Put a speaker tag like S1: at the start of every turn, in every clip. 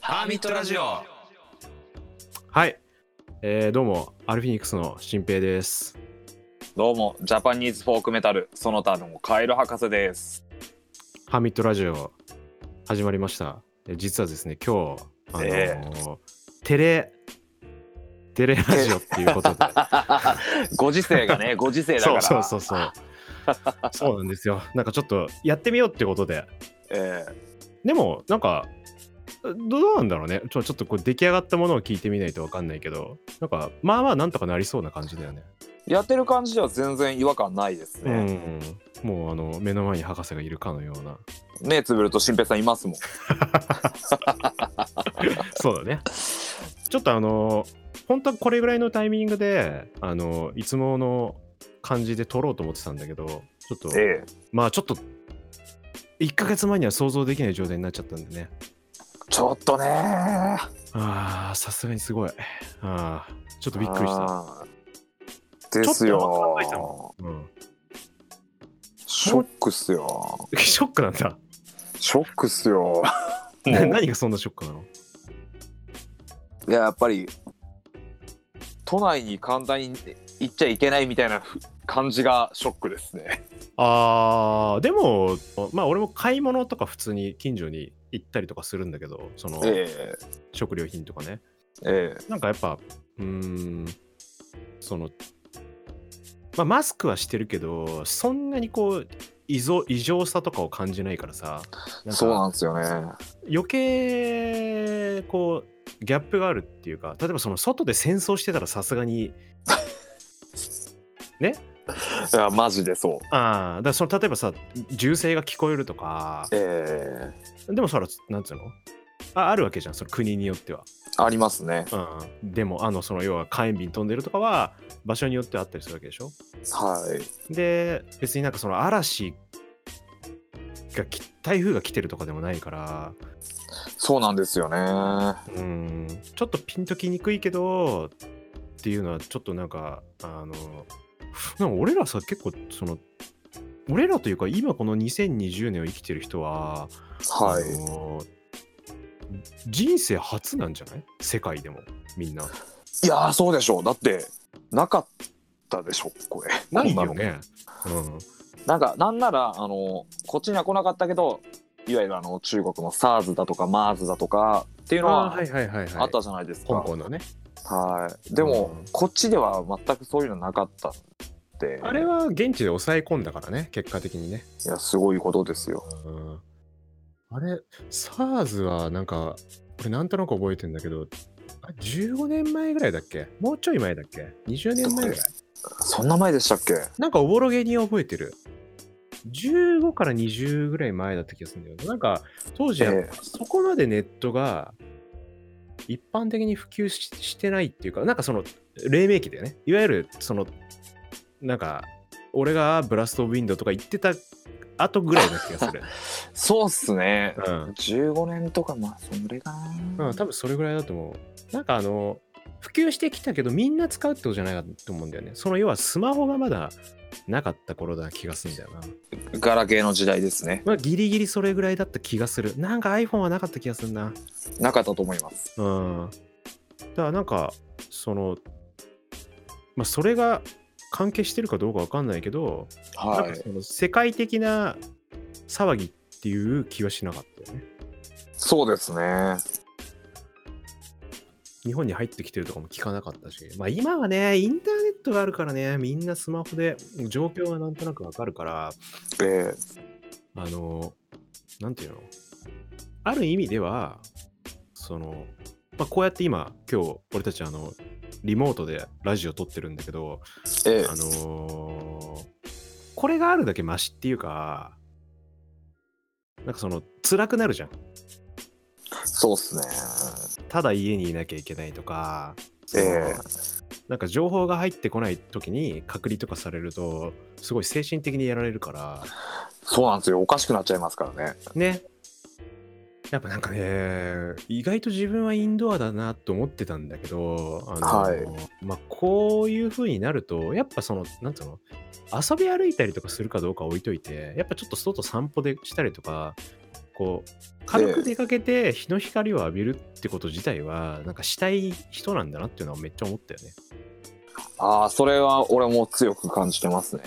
S1: ハーミットラジオ
S2: はい、えー、どうもアルフィニックスの新平です
S1: どうもジャパニーズフォークメタルその他のカエル博士です
S2: ハーミットラジオ始まりましたえ実はですね今日あのー
S1: え
S2: テレテレラジオっていうことで
S1: ご時世がね ご時世だか
S2: そう
S1: ら
S2: そうそう そうそうなんですよなんかちょっとやってみようってことで
S1: え
S2: でもなんかどどうなんだろうねちょちょっとこう出来上がったものを聞いてみないとわかんないけどなんかまあまあなんとかなりそうな感じだよね
S1: えやってる感じでは全然違和感ないです
S2: う
S1: ね、
S2: んもうあの目の前に博士がいるかのような
S1: 目つぶると新平さんいますもん
S2: そうだね。ちょっとあの、本当はこれぐらいのタイミングで、あの、いつもの感じで撮ろうと思ってたんだけど、ちょっと、
S1: ええ
S2: まあちょっと、1ヶ月前には想像できない状態になっちゃったんでね。
S1: ちょっとねー
S2: ああ、さすがにすごい。ああ、ちょっとびっくりした。
S1: あーですよ
S2: ちょっと考えた
S1: ー
S2: うん、
S1: ショックっすよ
S2: ショックなんだ。
S1: ーショックっす よー
S2: な
S1: もう
S2: 何がそんなショックなの
S1: いややっぱり都内に簡単に行っちゃいけないみたいなふ感じがショックですね
S2: あーでも、まあ俺も買い物とか普通に近所に行ったりとかするんだけど、その
S1: え
S2: 食料品とかね。
S1: えええ
S2: なんかやっぱ、うーん、その、まあ、マスクはしてるけど、そんなにこう、異常異常さとかを感じないからさ、なん
S1: そう
S2: か
S1: なんですよね
S2: 余計、こう、ギャップがあるっていうか、例えばその外で戦争してたらさすがに、
S1: いやマジでそう
S2: ああ、だからその例えばさ、銃声が聞こえるとか、
S1: え
S2: でもそら、なんつうのああるわけじゃん、その国によっては。
S1: えありますね
S2: うん、でも、あの、その要は火炎瓶飛んでるとかは、場所によってはあったりするわけでしょ
S1: はい
S2: で別になんかその嵐がき台風が来てるとかでもないから
S1: そうなんですよね
S2: うんちょっとピンときにくいけどっていうのはちょっとなんかあのなんか俺らさ結構その俺らというか今この2020年を生きてる人は、
S1: は
S2: あ
S1: い
S2: の人生初なんじゃない世界でもみんない
S1: やーそうでしょうだってなかったでしょこれ
S2: ない
S1: こんの
S2: よね、うん、
S1: なんかなんならあのこっちには来なかったけどいわゆるあの中国の SARS だとか MERS だとかっていうのは
S2: はいはいはいはい
S1: あったじゃないですか、
S2: 香
S1: はい
S2: 港のね
S1: でも、
S2: うん
S1: こっちでは全くそういうのなかったって
S2: あれは現地で抑え込んだからね結果的にね
S1: いやすごいことですよ
S2: うんあれ、SARS はなんか、これなんとなく覚えてんだけど、あ15年前ぐらいだっけもうちょい前だっけ ?20 年前ぐらい
S1: そんな前でしたっけ
S2: なんかおぼろげに覚えてる。15から20ぐらい前だった気がするんだよね。なんか、当時は
S1: ええ
S2: そこまでネットが一般的に普及ししてないっていうか、なんかその、黎明期だよね。いわゆる、その、なんか、俺がブラストウィンドウとか言ってた後ぐらいな気が する。
S1: そうっすね
S2: うん
S1: 15年とかまあそれかな
S2: うん、多分それぐらいだと思う。なんかあの、普及してきたけど、みんな使うってことじゃないかと思うんだよね。その要はスマホがまだなかった頃だ気がするんだよな。
S1: ガラケーの時代ですね
S2: まあ、ギリギリそれぐらいだった気がする。なんか iPhone はなかった気がするな。
S1: なかったと思います
S2: うん。だからなんか、その、まあ、それが関係してるかどうかわかんないけど、
S1: は
S2: なんか
S1: い
S2: その世界的な騒ぎっていう気はしなかったよね。
S1: そうですね
S2: 日本に入ってきてるとかも聞かなかったし、まあ今はね、インターネットがあるからね、みんなスマホで状況がなんとなくわかるから、
S1: え
S2: あの、なんていうの、ある意味では、その、まあこうやって今、今日、俺たちあの、リモートでラジオ撮ってるんだけど、
S1: えええ
S2: あのーこれがあるだけマシっていうか、なんかその、辛くなるじゃん。
S1: そうっすね
S2: ただ家にいなきゃいけないとか、
S1: ええ
S2: なんか情報が入ってこない時に隔離とかされるとすごい精神的にやられるから
S1: そうなんですよおかしくなっちゃいますからね
S2: ねやっぱなんかね意外と自分はインドアだなと思ってたんだけどあの、
S1: はい
S2: まあ、こういう風になるとやっぱそのなんつうの遊び歩いたりとかするかどうか置いといてやっぱちょっと外散歩でしたりとかこう軽く出かけて日の光を浴びるってこと自体はなんかしたい人なんだなっていうのはめっちゃ思ったよね
S1: ああ、それは俺も強く感じてますね。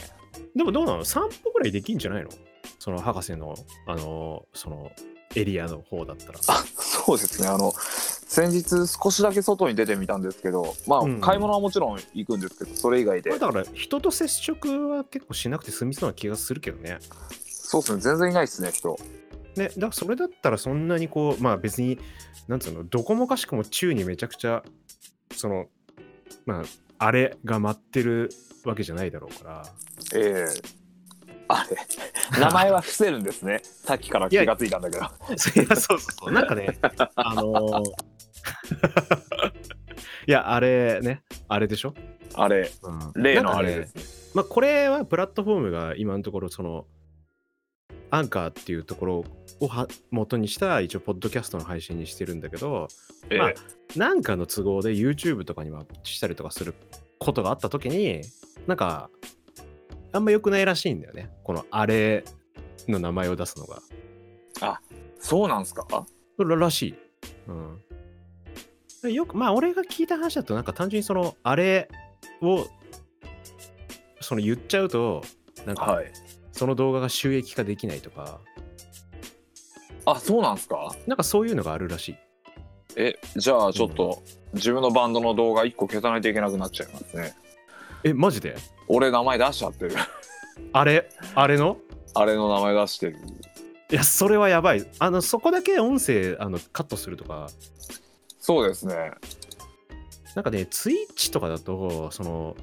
S2: でもどうなの散歩ぐらいできんじゃないのその博士のあのそのエリアの方だったら
S1: あそうですねあの先日少しだけ外に出てみたんですけどまあ、
S2: うん
S1: 買い物はもちろん行くんですけどそれ以外で
S2: まあだから人と接触は結構しなくて済みそうな気がするけどね。
S1: そうですね全然いないですね人
S2: ね、だからそれだったらそんなにこう、まあ別に、なんつうの、どこもかしくも宙にめちゃくちゃ、その、まあ、あれが待ってるわけじゃないだろうから。
S1: ええあれ名前は伏せるんですねさっきから気がついたんだけど
S2: いや、そうそうそう。なんかね、あのー いや、あれね、あれでしょ、
S1: あれ
S2: うん
S1: 例のあれ
S2: なん
S1: で
S2: かね
S1: すね
S2: まあ、これはプラットフォームが今のところそのアンカーっていうところをは元にした一応ポッドキャストの配信にしてるんだけど
S1: ええ
S2: まあなんかの都合で YouTube とかにもアップしたりとかすることがあった時になんかあんま良くないらしいんだよねこのあれの名前を出すのが
S1: そうなんですから
S2: らしい、うんで、よくまあ俺が聞いた話だとなんか単純にそのあれをその言っちゃうとなんか
S1: い
S2: その動画が収益化できないとか、
S1: あそうなんですか
S2: なんかそういうのがあるらしい。
S1: えじゃあちょっと、自分のバンドの動画1個消さないといけなくなっちゃいますね
S2: え、マジで
S1: 俺名前出しちゃってる
S2: あれあれの
S1: あれの名前出してる
S2: いや、それはやばい。あの、そこだけ音声あのカットするとか、
S1: そうですね
S2: なんかね、ツイッチとかだと、その、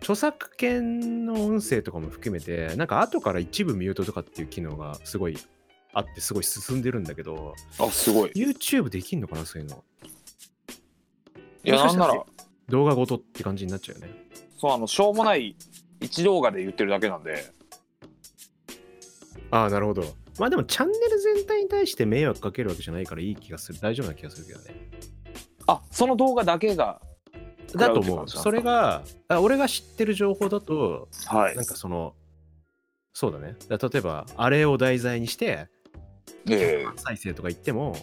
S2: 著作権の音声とかも含めて、なんか後から一部ミュートとかっていう機能がすごいあって、すごい進んでるんだけど、
S1: あすごい
S2: YouTube できんのかな、そういうの。
S1: いやな
S2: もしかし
S1: ん
S2: た
S1: な
S2: ら
S1: ら
S2: 動画ごとって感じになっちゃうよね。
S1: そうあのしょうもない一動画で言ってるだけなんで
S2: ああ、なるほど。まあでも、チャンネル全体に対して迷惑かけるわけじゃないからいい気がする。大丈夫な気がするけどね。
S1: あその動画だけが
S2: だと
S1: クラウドって
S2: 思
S1: 感
S2: う。
S1: じなんだ
S2: それが、あ俺が知ってる情報だと、
S1: はい
S2: なんかその、そうだね。だ例えば、あれを題材にして、
S1: ええ
S2: 再生とか言っても、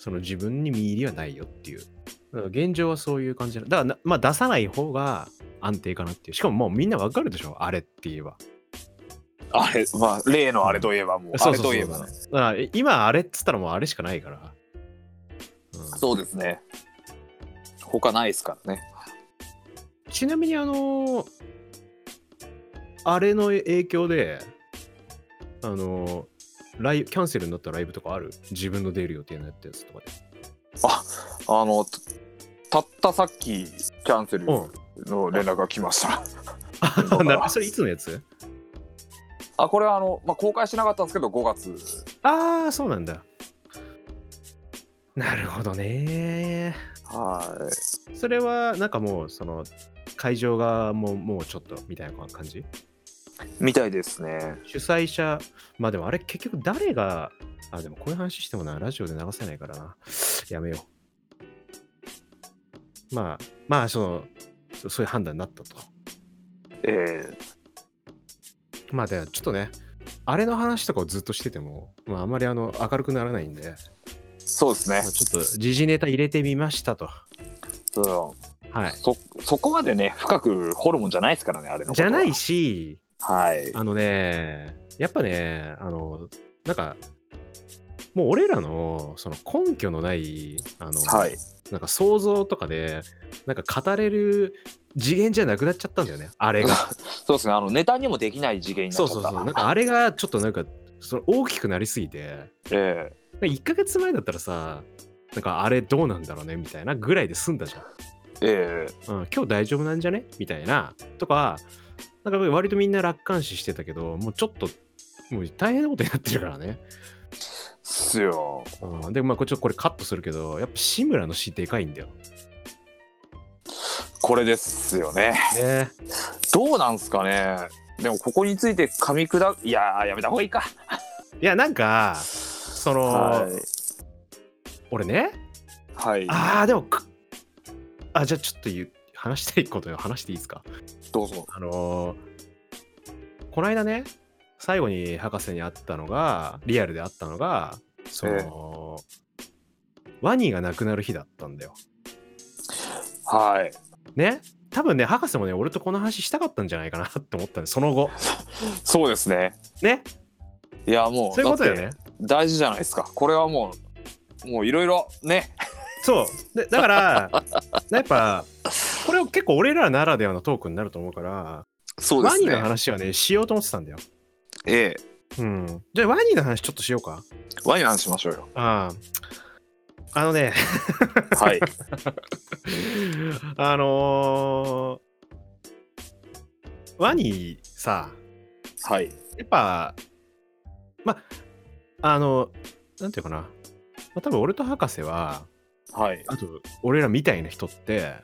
S2: その自分に見入りはないよっていう。だから現状はそういう感じなだからな、まあ出さない方が安定かなっていう。しかももうみんなわかるでしょ、あれって言えば。
S1: あれまあ例のあれといえばもうあれといえばね
S2: だから今、あれっつったらもうあれしかないから。うん
S1: そうですね他ないですからね
S2: ちなみにあのーあれの影響で、あのーライブ、キャンセルになったライブとかある自分の出る予定のやったやつとかで。
S1: あのたたったさっきキャンセルの連絡が来ました、
S2: あなるほどそれいつのやつ
S1: あこれはあの、まあ、公開しなかったんですけど5月
S2: ああ、そうなんだ。なるほどね。
S1: は
S2: それは、なんかもう、その、会場がもう、もうちょっとみたいな感じ
S1: いみたいですね
S2: 主催者、まあでもあれ結局誰が、あ、でもこういう話してもな、ラジオで流せないからな。やめよう。まあ、まあ、その、そそういう判断になったと。
S1: ええ
S2: まあ、ではちょっとね、あれの話とかをずっとしてても、まあ、あんまりあの明るくならないんで、
S1: そうですね
S2: まあ、ちょっと時事ネタ入れてみましたと。
S1: うん
S2: はい。
S1: そそこまでね深くホルモンじゃないですからねあれのこと
S2: じ
S1: は
S2: ゃないし、
S1: はい
S2: あのね、やっぱね、あの、なんか、もう俺らのその根拠のない、あの、
S1: はい
S2: なんか想像とかで、なんか語れる次元じゃなくなっちゃったんだよね、あれが。
S1: そうですねあのネタにもできない次元にな
S2: そ
S1: っ
S2: う
S1: ちゃ
S2: そ
S1: っ
S2: う
S1: た
S2: そう。なんかあれがちょっとなんか、その大きくなりすぎて、
S1: ええ
S2: なんか1ヶ月前だったらさ、なんかあれどうなんだろうねみたいなぐらいで済んだじ
S1: ええ
S2: ゃん。うん、今日大丈夫なんじゃねみたいな。とか、なんか割とみんな楽観視してたけど、もうちょっと、もう大変なことになってるからね。
S1: っすよ
S2: うん、で、まあこれちょっとこれカットするけど、やっぱ志村の詩でかいんだよ。
S1: これですよね
S2: ね。
S1: どうなんすかねでもここについて噛み砕くいやーやめた方がいいか
S2: いや、なんか、その、俺ね、
S1: はい、はい、
S2: ああ、でもく、あ、じゃあちょっと言う話したいことを話していいですか。
S1: どうぞ
S2: あのーこの間ね、最後に博士に会ったのが、リアルで会ったのが、その、ワニが亡くなる日だったんだよ。
S1: はい。
S2: ね多分ね、博士もね、俺とこの話したかったんじゃないかなって思ったんで、その後。
S1: そうですね。
S2: ね
S1: いや、もう、
S2: そういうことだよ
S1: だって
S2: ね。
S1: 大事じゃないですか。これはもう、もういろいろね。
S2: そう。でだから、やっぱ、これを結構俺らならではのトークになると思うから、
S1: そ
S2: ワニの話はね、しようと思ってたんだよ。
S1: ええ。
S2: うん。じゃあ、ワニの話ちょっとしようか。
S1: ワニの話しましょうよ。
S2: ああ。あのね、
S1: はい。
S2: あのーワニさ、
S1: はい。
S2: やっぱ、ま、あの、なんていうかな。まあ、多分俺と博士は、
S1: はい。
S2: あと俺らみたいな人って、やっ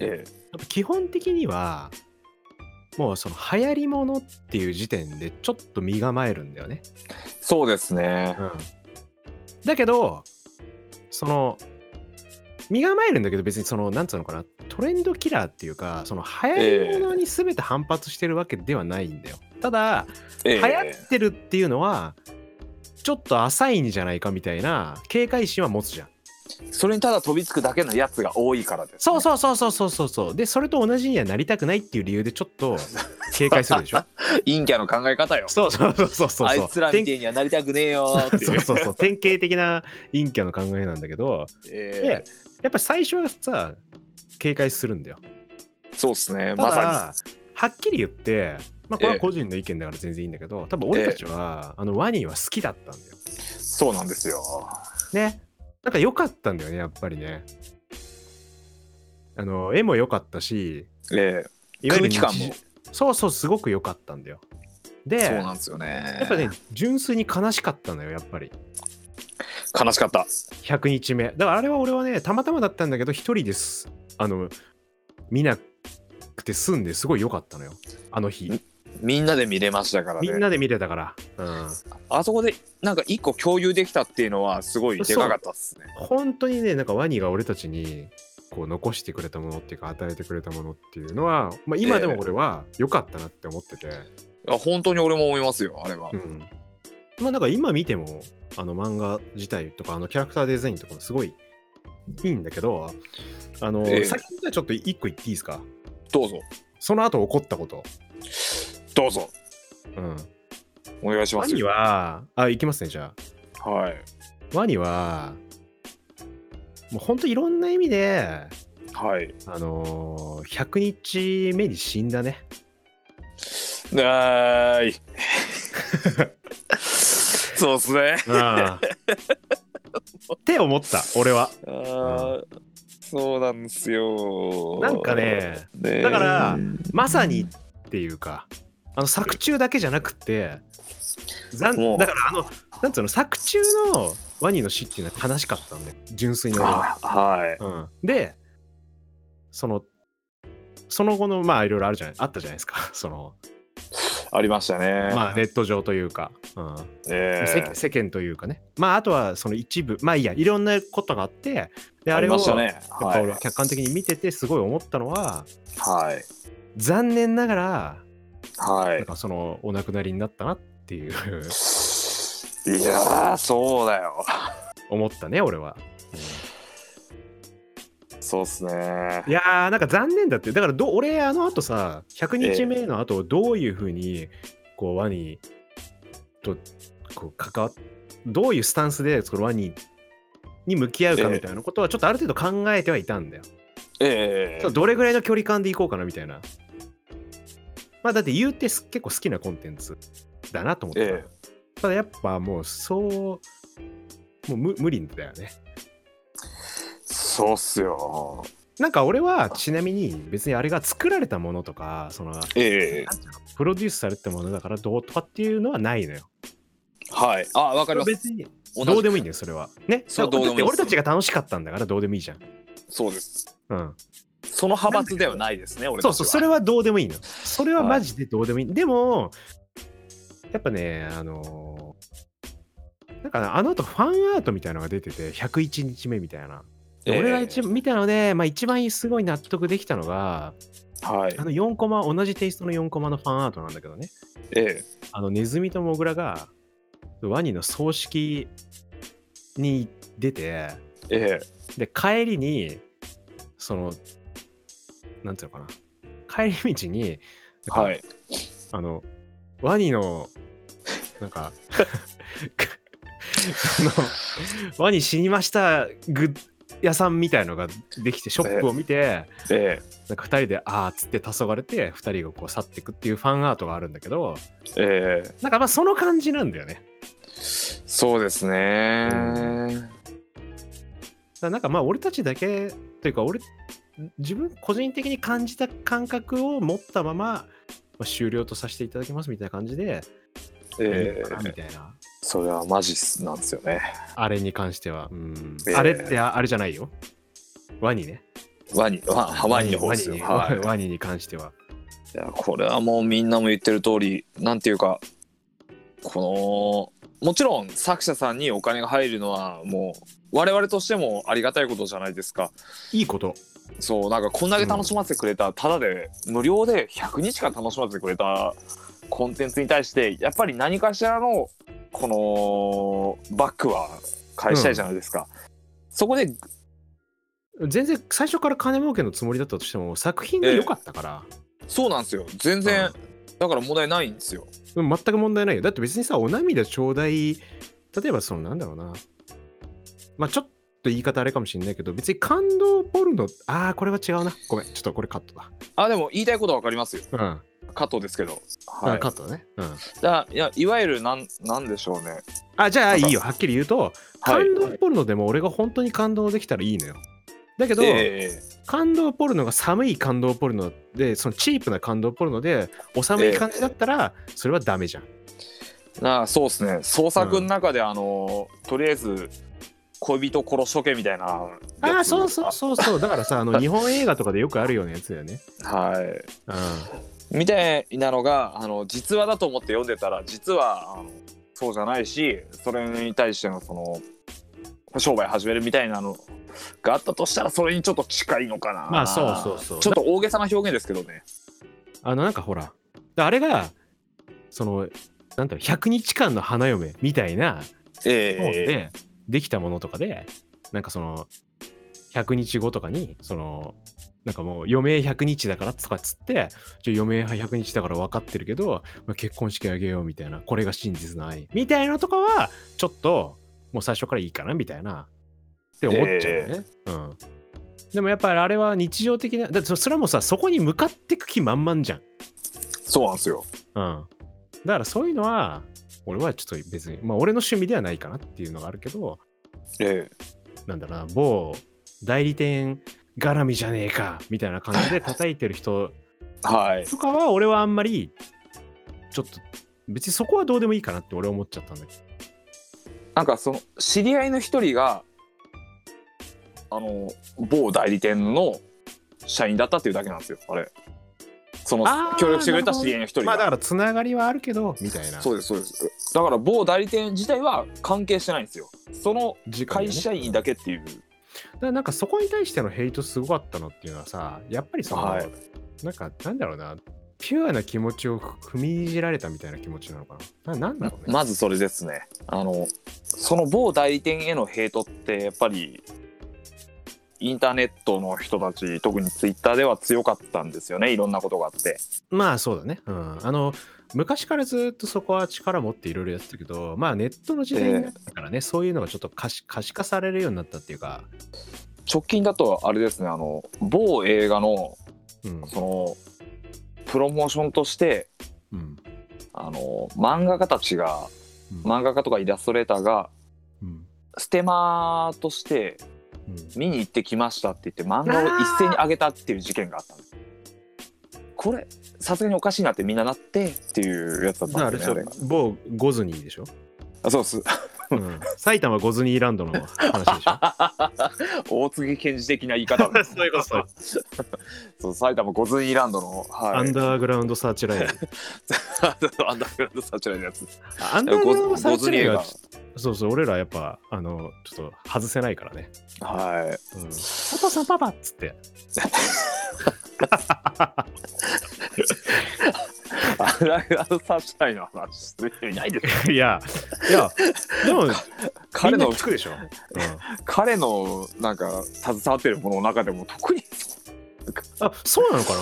S1: ええ。
S2: ぱ基本的には、もうその流行りものっていう時点でちょっと身構えるんだよね。
S1: そうですね。
S2: だけど、その、身構えるんだけど別にその、なんつうのかな、トレンドキラーっていうか、その流行りものに全て反発してるわけではないんだよ。ただ、
S1: ええ。
S2: 流行ってるっていうのは、ちょっと浅いんじゃないかみたいな警戒心は持つじゃん。
S1: それにただ飛びつくだけのやつが多いからです、
S2: そうそうそうそうそうそうそう。で、それと同じにはなりたくないっていう理由でちょ っと警戒するでしょ。
S1: 陰キャの考え方よ。
S2: そうそうそうそうそう。
S1: あいつらみてえにはなりたくねえよーってい
S2: そうそうそう。典型的な陰キャの考えなんだけど、
S1: え
S2: でやっぱ最初はさ警戒するんだよ
S1: えそうですね
S2: ただ、
S1: まさ
S2: はっきり言ってまあこれ
S1: え
S2: は
S1: え
S2: 個人の意見だから全然いいんだけど多分俺たちは、あのワニは好きだったんだよ
S1: にそうなんですよ
S2: ねなんか良かったんだよねやっぱりねあの絵も良かったし
S1: ええ
S2: い
S1: 空
S2: 日
S1: 気
S2: 常
S1: 感も
S2: そうそうすごく良かったんだよで
S1: そうなんですよね
S2: やっぱね純粋に悲しかったのよやっぱり
S1: 悲しかった
S2: 100日目だからあれは俺はねたまたまだったんだけど一人ですあの見なくて済んですごい良かったのよあの日
S1: んみんなで見れましたから
S2: みん
S1: ね
S2: なで見てたから、うん、
S1: あそこでなんか一個共有できたっていうのはすごいでかかったっすね
S2: 本当にねなんかワニが俺たちにこう残してくれたものっていうか与えてくれたものっていうのは、まあ、今でも俺は良かったなって思ってて、
S1: いや本当に俺も思いますよあれは、
S2: うんまあなんか今見てもあの漫画自体とかあのキャラクターデザインとかもすごいいいんだけどあの、
S1: ええ
S2: 先にじゃあちょっと一個言っていいですか
S1: どうぞ
S2: その後起こったこと、
S1: どうぞ
S2: うん、
S1: お願いしま
S2: ワ
S1: す
S2: ニ
S1: よ
S2: は、あ、行きますね、じゃあ。
S1: はい
S2: ワニは、もう本当いろんな意味で、
S1: はい
S2: あのー、100日目に死んだね。
S1: な ーいそうっすね
S2: ああって思った、俺は。
S1: あーそうなんですよ
S2: なんかね
S1: ね
S2: だからまさにっていうか、あの作中だけじゃなくて、ざん
S1: もう
S2: だからあの、なんつうの、作中のワニの死っていうのは悲しかったんで、純粋に俺は。
S1: あはい
S2: うん、でそのその後のまあいろいろあるじゃないあったじゃないですか その
S1: ありましたね
S2: まあネット上というか、うん
S1: え
S2: 世間世間というかねまああとはその一部まあいいやいろんなことがあってで
S1: え
S2: あれ
S1: り
S2: を
S1: ました
S2: やっ
S1: ねは
S2: ぱ
S1: い
S2: 俺は客観的に見ててすごい思ったのは
S1: はい
S2: 残念ながら
S1: は
S2: なんかそのお亡くなりになったなってい
S1: い
S2: う
S1: いやーそうだよ
S2: 思ったね俺は。
S1: そうっすね
S2: いやーなんか残念だってだからど俺あの後さ100日目の後どういうふうにこうワニとこう関わっどういうスタンスでそのワニに向き合うかみたいなことはちょっとある程度考えてはいたんだよ。
S1: ええ
S2: そうどれぐらいの距離感でいこうかなみたいな。まあだって言うてす結構好きなコンテンツだなと思ってた。
S1: え
S2: ただやっぱもうそうもう無無理だよね。
S1: そうっすよ
S2: なんか俺はちなみに別にあれが作られたものとかその
S1: ええ
S2: プロデュースされたものだからどうとかっていうのはないのよ。
S1: はいあわかります
S2: 別に
S1: 同じ
S2: どうでもいいんだよ、それは。ね、
S1: そう
S2: だ
S1: どうでもいい
S2: だって俺たちが楽しかったんだからどうでもいいじゃん。
S1: そうです
S2: うん、
S1: その派閥ではないですね俺たち
S2: そ
S1: は
S2: うそう、それはどうでもいいのよ。それはマジでどうでもいい。でも、やっぱね、あのーなんかねあの後ファンアートみたいなのが出てて、101日目みたいな。で
S1: ええ
S2: 俺が一番見たので、まあ、一番すごい納得できたのが、
S1: はい
S2: あの4コマ、同じテイストの4コマのファンアートなんだけどね。
S1: ええ
S2: あのネズミとモグラがワニの葬式に出て、
S1: え
S2: で、帰りに、その、なんていうのかな、帰り道に、、
S1: えはいい。
S2: あの、ワニの、な んか、その、ワニ死にましたグッ屋さんみたいのができて、ショップを見て、
S1: え
S2: なんか2人で、あーっつって黄昏って、2人がこう去っていくっていうファンアートがあるんだけど、
S1: えええ
S2: なんかまあその感じなんだよね。
S1: そうですね、
S2: だからなんかまあ俺たちだけというか俺自分個人的に感じた感覚を持ったまま、まあ終了とさせていただきますみたいな感じで、
S1: ええ
S2: いいかなみたいな
S1: それはマジっすなんですよね。
S2: あれに関しては、うん
S1: ええ
S2: あれってあれじゃないよワニね
S1: ワニ、ワワニの方
S2: ワ
S1: で
S2: ニ
S1: すよ。
S2: に
S1: はい。
S2: ワニに関してはい
S1: やこれはもうみんなも言ってる通りなんていうかこのもちろん作者さんにお金が入るのはもう我々としてもありがたいことじゃないですか
S2: いいこと
S1: そうなんかこんだけ楽しませてくれた、ただで無料で100日間楽しませてくれたコンテンツに対してやっぱり何かしらのこのバックは返したいじゃないですか、そこで
S2: 全然最初から金儲けのつもりだったとしても作品が良かったから、
S1: そうなんですよ全然、だから問題ないんですよ
S2: うん全く問題ないよだって別にさお涙ちょうだい例えばそのなんだろうなまあちょっと言い方あれかもしれないけど別に感動ポルノああこれは違うなごめんちょっとこれカットだ
S1: あでも言いたいことは分かりますよ
S2: うん、
S1: 加藤ですけど
S2: うんカットだねうん
S1: だいやいわゆるなんなんでしょうね。
S2: あじゃあ
S1: なん
S2: い
S1: か
S2: いよはっきり言うと
S1: はい
S2: 感動ポルノでも俺が本当に感動できたらいいのよだけど、
S1: え
S2: 感動ポルノが寒い感動ポルノでそのチープな感動ポルノでお寒い感じだったらそれはダメじゃん、
S1: えなあそうですね創作の中で、あのとりあえず恋人殺しとけみたいなやつ
S2: ああそうそうそう そうだからさあの日本映画とかでよくあるようなやつだよね
S1: は
S2: うん
S1: いみたいなのがあの実話だと思って読んでたら実はあのそうじゃないしそれに対してのその商売始めるみたいなのがあったとしたらそれにちょっと近いのかな
S2: まあそうそうそう
S1: ちょっと大げさな表現ですけどね
S2: あのなんかほらあれがそのなんだろう100日間の花嫁みたいなもの
S1: え
S2: でできたものとかで、なんかその100日後とかにそのなんかもう余命100日だからとかっつってじゃあ余命100日だから分かってるけど、まあ、結婚式あげようみたいなこれが真実の愛みたいなのとかはちょっともう最初からいいかなみたいなって思っちゃうよね、うん、でもやっぱりあれは日常的なだってそそれはもうさそこに向かってく気満々じゃん
S1: そうなんですよ
S2: うん。だからそういうのは、俺はちょっと別に、まあ俺の趣味ではないかなっていうのがあるけど、
S1: え
S2: なんだろうな、某代理店絡みじゃねえかみたいな感じで叩いてる人
S1: えはい
S2: とかは、俺はあんまり、ちょっと、別にそこはどうでもいいかなって俺は思っちゃったんだけど。
S1: なんかその知り合いの一人があの某代理店の社員だったっていうだけなんですよあれその
S2: あー
S1: 協力してくれた知り合いの一人
S2: まあ
S1: が、
S2: だからつながりはあるけど、みたいな。
S1: そうですそうですだから某代理店自体は関係してないんですよその
S2: 時間がね
S1: 会社員だけっていう、
S2: だからなんかそこに対してのヘイトすごかったのっていうのはさやっぱりその、
S1: はい
S2: なんかなんだろうなピュアな気持ちを踏みにじられたみたいな気持ちなのかなななんだろうね、
S1: まずそれですねあのその某代理店へのヘイトってやっぱりインターネットの人たち特にツイッターでは強かったんですよねいろんなことがあって
S2: まあそうだねうんあの昔からずっとそこは力持っていろいろやってたけどまあネットの時代になったからね、そういうのがちょっと可視可視化されるようになったっていうか、
S1: 直近だとあれですねあの某映画の
S2: うん
S1: そのプロモーションとして
S2: うん
S1: あの漫画家たちが
S2: うん
S1: 漫画家とかイラストレーターが
S2: うん
S1: ステマとして
S2: うん
S1: 見に行ってきましたって言って漫画を一斉に上げたっていう事件があったんですこれさすがにおかしいなってみんななってっていうやつだっ
S2: だから
S1: た
S2: あ
S1: ん
S2: れ
S1: で
S2: ですし
S1: よね
S2: ょ
S1: あれが
S2: 某ゴズニーでしょ、
S1: あそうっす
S2: うん、埼玉ゴズニーランドの話でしょ
S1: 大杉健二的な言い方
S2: そういうことそういうこ
S1: そう埼玉ゴズニーランドの、はい、
S2: アンダーグラウンドサーチライン
S1: アンダーグラウンドサーチュラのやつ
S2: アンダーグラウンドサー
S1: ゴ
S2: チ
S1: ズ
S2: ラ
S1: ニ
S2: イン
S1: ー
S2: は
S1: が
S2: そうそう、俺らやっぱ、あの、ちょっと外せないからね。
S1: はい
S2: うん、お父さん、パパっつって。
S1: あれあのサンシャインの話する人いないですよ
S2: いや、いや、でも、
S1: 彼
S2: みん
S1: の
S2: な聞くでしょ。うん
S1: 彼のなんか携わってるものの中でも特に
S2: あそうなのか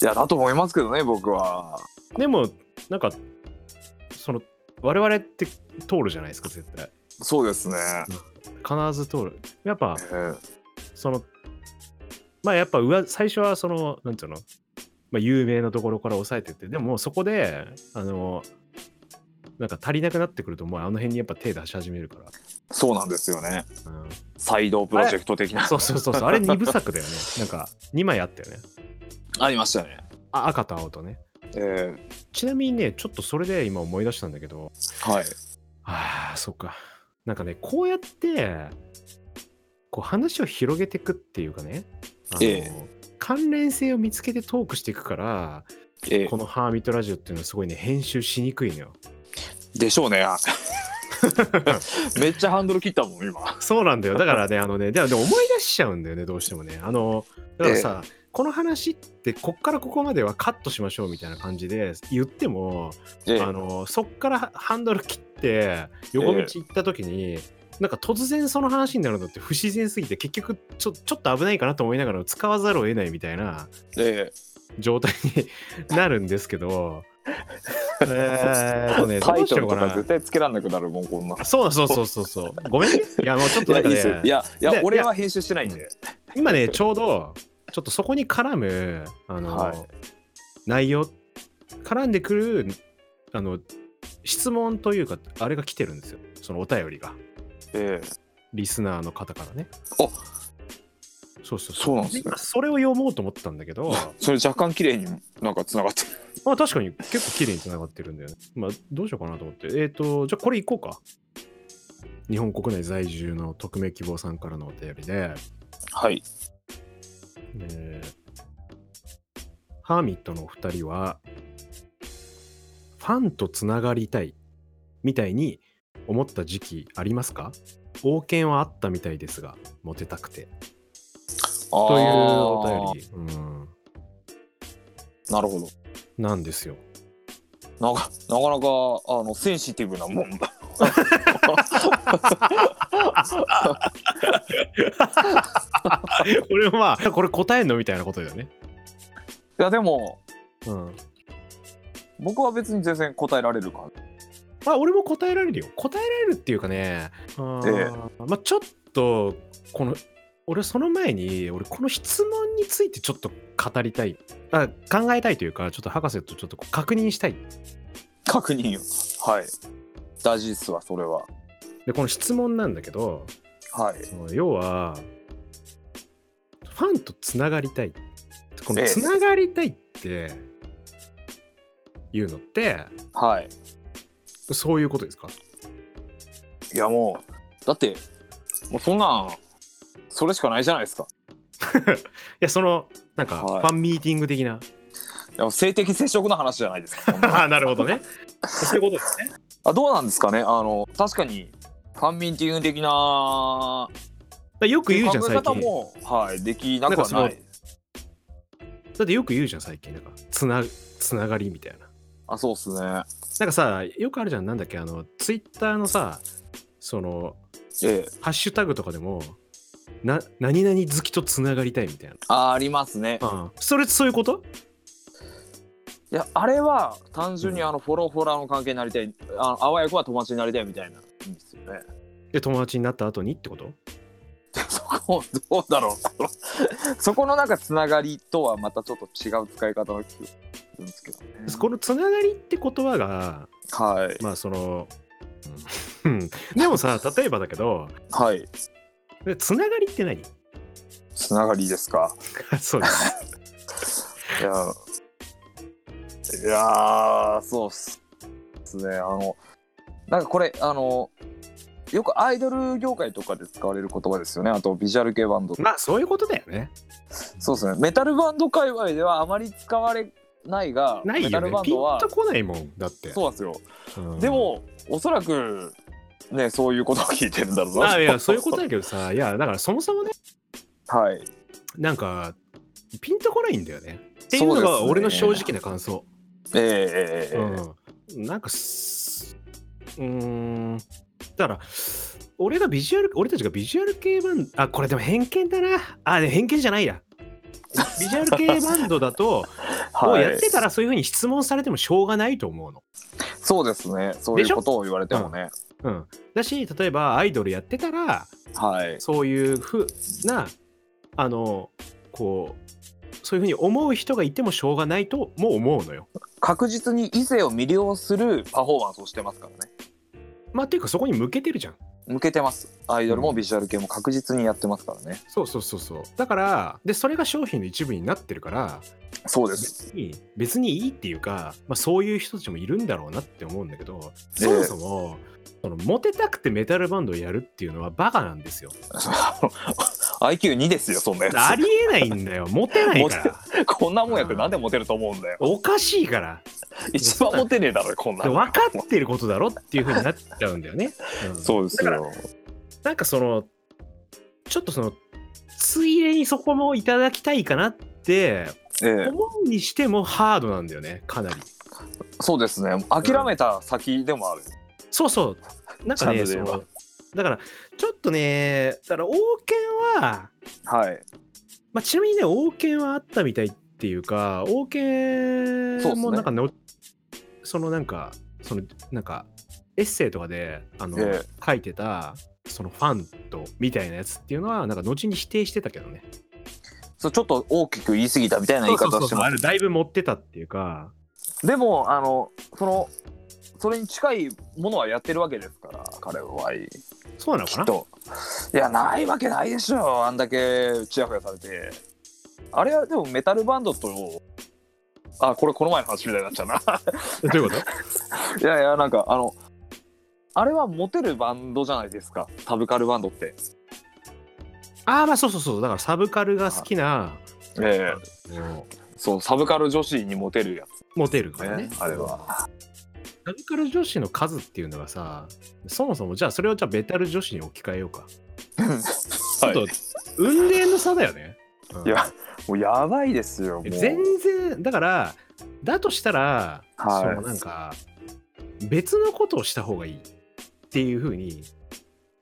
S1: いやだと思いますけどね僕は
S2: なでもなんかその我々って通るじゃないですか絶対
S1: そうですね、
S2: 必ず通るやっぱ
S1: えー
S2: そのまあやっぱ上最初はそのなんていうの、まあ、有名なところから抑えてってでももうそこであのなんか足りなくなってくるともうあの辺にやっぱ手出し始めるか
S1: そうなんですよね
S2: ら、うん
S1: 再動プロジェクト的な
S2: そうそうそうそうあれ2部作だよねなんか2枚あったよね
S1: ありましたね
S2: あ赤と青とね
S1: え
S2: ちなみにねちょっとそれで今思い出したんだけど
S1: ーはい
S2: ああ、そっか。なんかね、こうやって、こう話を広げていくっていうかね、あの
S1: ええ
S2: 関連性を見つけてトークしていくから、
S1: え
S2: このハーミットラジオっていうのはすごいね、編集しにくいのよ。
S1: ーでしょう ねめっちゃハンドル切ったもん今
S2: そうなん だよ。だからね、あのね、でもでも思い出しちゃうんだよね、どうしてもね。あの、だからさ、この話って、こっからここまではカットしましょうみたいな感じで言っても、
S1: え
S2: あ
S1: ー
S2: のそっからハンドル切って横道行った時に、なんか突然その話になるのって不自然すぎて結局ちょちょっと危ないかなと思いながら使わざるを得ないみたいな
S1: え
S2: 状態になるんですけ どえーっとね
S1: ー
S2: ど
S1: タイ
S2: うし
S1: ト
S2: よ
S1: ル
S2: う
S1: と
S2: か
S1: か絶
S2: な
S1: 対つけらんなくなるもんこんな
S2: そうそうそうそうそうごめんねいやもうちょっ
S1: い
S2: とな
S1: や
S2: ん
S1: い
S2: か
S1: いですよい
S2: ね
S1: やいや
S2: で
S1: 俺は編集してないんで
S2: 今ねちょうどちょっとそこに絡むあの、
S1: はい
S2: 内容絡んでくるあの質問というかあれが来てるんですよそのお便りが。
S1: えー
S2: リスナーの方からね。
S1: あ
S2: そうそう
S1: そうなんですね
S2: 今それを読もうと思ったんだけど、
S1: それ若干綺麗になんかつながってる
S2: まあ確かに結構綺麗に繋がってるんだよね。まあどうしようかなと思って。えっ、と、じゃあこれいこうか。日本国内在住の匿名希望さんからのお便りで、
S1: はい
S2: えーハーミットのお二人は、ファンとつながりたいみたいに思った時期ありますか王権はあったみたいですが、モテたくて。というお便り。うん
S1: りなるほど
S2: なんですよ。
S1: なかなかなかあのセンシティブなもんだ。
S2: 俺もまあ、これ答えんのみたいなことだよね。
S1: いやでも
S2: うん。
S1: 僕は別に全然答えられる感じ。
S2: まあ、俺も答えられるよ。答えられるっていうかね、あーまあ、ちょっと、この、俺その前に、俺この質問についてちょっと語りたい。あ考えたいというか、ちょっと博士とちょっとこう確認したい。
S1: 確認を。はい。大事っすわそれは。
S2: で、この質問なんだけど、
S1: はい。
S2: その要は、ファンとつながりたい。この
S1: ええ
S2: つながりたいっていうのって、
S1: はい。
S2: そういうことですか
S1: いやもうだってもうそんなんそれしかないじゃないですか。
S2: いや、その、なんか、フ
S1: はい
S2: ァンミーティング的な。
S1: いや性的接触の話じゃないですか。そんな
S2: なるほどね。そういうことですね。
S1: あどうなんですかねあの確かにファンミーティング的な
S2: よく言うじゃん、
S1: 考え
S2: 最
S1: 方
S2: 近。
S1: もはいできなくは
S2: なん
S1: な
S2: か
S1: い。
S2: だってよく言うじゃん、最近。なんか、つな、つながりみたいな。
S1: あそうっすね。
S2: なんかさ、よくあるじゃん、なんだっけ、あの、ツイッターのさ、その、
S1: ええ。
S2: ハッシュタグとかでも、な、何々好きとつながりたいみたい
S1: あありますね。
S2: な。うん。それ、そういうこと
S1: いやあれは単純にあのフォローフォローの関係になりたい、あのあわよくは友達になりたいみたいな意味ですよね。
S2: で、友達になった後にってこと
S1: そこどうだろう このそこのなんかつながりとはまたちょっと違う使い方の気がするんですけどね。
S2: このつながりって言葉が、
S1: はい
S2: まあ、その、うんでも さ、例えばだけど、
S1: はい
S2: でつながりって何
S1: つながりですか。
S2: そうです。
S1: いやいやーそうっすねあのなんかこれあのよくアイドル業界とかで使われる言葉ですよねあとビジュアル系バンドとか
S2: まあ、そういうことだよね。
S1: そうですね。メタルバンド界隈ではあまり使われないが、
S2: ない
S1: メ
S2: よ
S1: タル
S2: ね
S1: バ。ン
S2: ピン
S1: ドは
S2: とこないもん、だって。
S1: そうなんですよ。
S2: うん
S1: で、もおそらくねそういうことを聞いてるんだろう
S2: ま
S1: な。
S2: あ、いや、そういうことだけどさ、いや、だからそもそもね、
S1: はい。
S2: なんか、ピンとこないんだよね。っていうの
S1: そうで
S2: が
S1: すね
S2: 俺の正直な感想。
S1: ええええええ
S2: うん、なんかすうーんだから俺がビジュアル俺たちがビジュアル系バンドあこれでも偏見だなあでも偏見じゃないやビジュアル系バンド だと、もう
S1: はい
S2: やってたらそういうふうに質問されてもしょうがないと思うの。
S1: そうですねそういうことを言われてもね、
S2: うん、だし例えばアイドルやってたら
S1: はい
S2: そういうふうなあのこうそういうふうに思う人がいてもしょうがないとも思うのよ。
S1: 確実に異性を魅了するパフォーマンスをしてますからね
S2: まあっていうかそこに向けてるじゃん。
S1: 向けてますアイドルもビジュアル系も確実にやってますからね
S2: そうそうそうそう。だからでそれが商品の一部になってるから
S1: そうです
S2: 別に別にいいっていうか、まあ、そういう人たちもいるんだろうなって思うんだけどそもそも、そのモテたくてメタルバンドをやるっていうのはバカなん ですよ。
S1: IQ2 ですよそんなやつ
S2: ありえないんだよ。 モテないから。
S1: こんなもんやってなんでモテると思うんだよ
S2: おかしいから。
S1: 一番モテねえだろこんな
S2: で
S1: の
S2: 分かってることだろっていうふうになっちゃうんだよね。うん
S1: そうですよ
S2: なんかその、ちょっとその、ついでにそこもいただきたいかなって
S1: ええ
S2: 思うにしてもハードなんだよね、かなり。
S1: そうですね諦めた先でもある、
S2: そうそう。なんかね、
S1: チ
S2: そ
S1: ャンネルは
S2: のだから、ちょっとね、だから、王権は、
S1: はい
S2: まあ、ちなみにね、王権はあったみたいっていうか、王権
S1: そうっすね
S2: もなんかの、そ,、のなんか、そのなんか、エッセイとかであの、
S1: え
S2: 書いてた、そのファンとみたいなやつっていうのは、なんか後に否定してたけどね。
S1: そうちょっと大きく言い過ぎたみたいな言い方をして
S2: あ
S1: ま
S2: れ
S1: す
S2: だいぶ持ってたっていうか、
S1: でもあのそのそれに近いものはやってるわけですから彼は
S2: そうなの
S1: き
S2: か
S1: っ
S2: な
S1: といやないわけないでしょあんだけちやほやされてあれはでもメタルバンドとあこれこの前の話みたいになっちゃうな
S2: どういうこと
S1: いやいやなんかあのあれはモテるバンドじゃないですかサブカルバンドって
S2: ああ、まあそうそうそう、だからサブカルが好きな、
S1: ええ
S2: も
S1: そうサブカル女子にモテるや
S2: うモテる
S1: つ
S2: から
S1: ね
S2: ね。
S1: あれは
S2: サブカル女子の数っていうのがさ、そもそもじゃあそれをじゃあメタル女子に置き換えようか。ちょっと、運命の差だよね。うん
S1: いやもうやばいですよもう
S2: 全然、だから、だとしたら、
S1: はい
S2: そのなんか、別のことをした方がいいっていうふうに、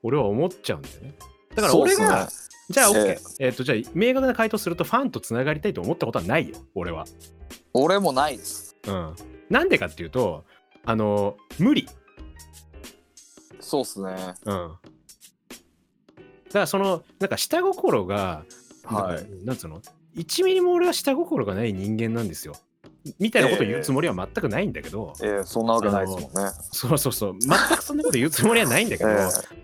S2: 俺は思っちゃうんだよね。だから俺
S1: そうっ
S2: が、
S1: す
S2: じゃあ OK、
S1: え
S2: えっと、じゃあ、明確な回答すると、ファンとつながりたいと思ったことはないよ、俺は。
S1: ね俺もないです
S2: うん。なんでかっていうと、あの、無理。
S1: そうっすね
S2: うん。だから、その、なんか、下心が、
S1: は
S2: だからなんつうの1ミリも俺は下心がない人間なんですよ。みたいなこと言うつもりは全くないんだけど、
S1: ええそんなわけないですもんね
S2: そうそうそう、全くそんなこと言うつもりはないんだけど、
S1: え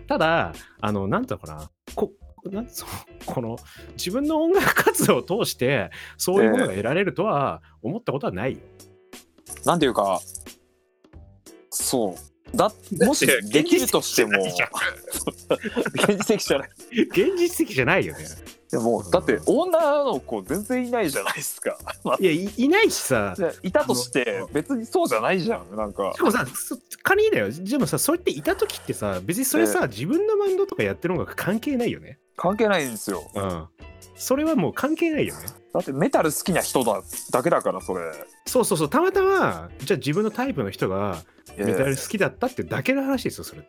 S2: ただ、あの、なんだろうな、こなん そうこの自分の音楽活動を通して、そういうものが得られるとは思ったことはないよ。
S1: えなんていうかそうだもしできるとしても
S2: 現実的じゃない
S1: 現実的じゃない
S2: じゃん現実的じゃないよね。
S1: でもだって女の子全然いないじゃないですか
S2: いや、いいないしさ、
S1: でいたとして別にそうじゃないじゃんなんか
S2: しかもさ、そ仮にだよ、でもさ、そうやっていた時ってさ、別にそれさ、自分のバンドとかやってる音楽関係ないよね。
S1: 関係ないんですよ
S2: うん。それはもう関係ないよね。
S1: だってメタル好きな人だだけだからそれ、
S2: そうそうそう、たまたま、じゃあ自分のタイプの人が
S1: ええ
S2: メタル好きだったってだけの話ですよ、それ。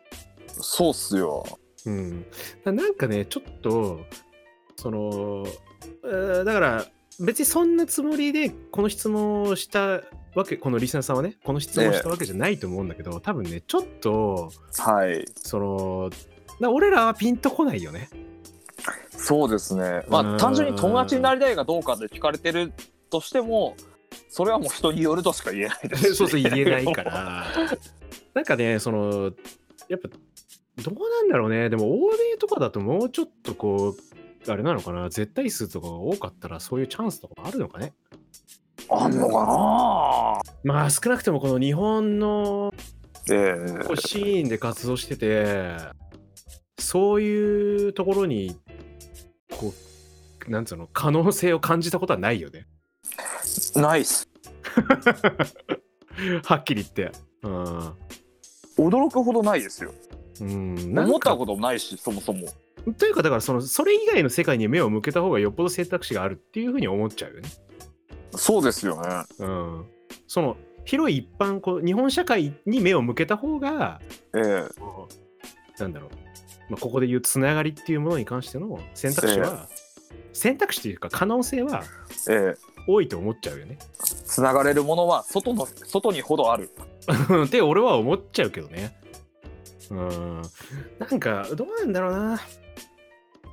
S1: そうっすよ
S2: うん。だなんかね、ちょっと、その、えーだから、別にそんなつもりで、この質問をしたわけ、このリスナーさんはね、この質問をしたわけじゃないと思うんだけど、多分ね、ちょっと、
S1: はい
S2: その、な俺らはピンとこないよね。
S1: そうですねま
S2: うー
S1: あ
S2: ん
S1: 単純に友達になりたいかどうかで聞かれてるとしてもそれはもう人によるとしか言えないですし
S2: そうそう言えないからなんかねそのやっぱどうなんだろうねでも欧米とかだともうちょっとこうあれなのかな絶対数とかが多かったらそういうチャンスとかもあるのかね
S1: あんのかな
S2: まあ少なくともこの日本の
S1: え
S2: こうシーンで活動しててそういうところにこうなんつうの可能性を感じたことはないよね
S1: えないっす
S2: はっきり言ってうん
S1: 驚くほどないですよ
S2: うんなんか
S1: 思ったこともないしそもそも
S2: というかだからそのそれ以外の世界に目を向けた方がよっぽど選択肢があるっていうふうに思っちゃうよね。
S1: そうですよね
S2: うん、その広い一般こう日本社会に目を向けた方が
S1: ええ
S2: こうなんだろう、まあ、ここで言うつながりっていうものに関しての選択肢は、選択肢というか可能性は
S1: ええ
S2: 多いと思っちゃうよね。
S1: つながれるものは外の外にほどある
S2: って俺は思っちゃうけどね。うん。なんか、どうなんだろうな。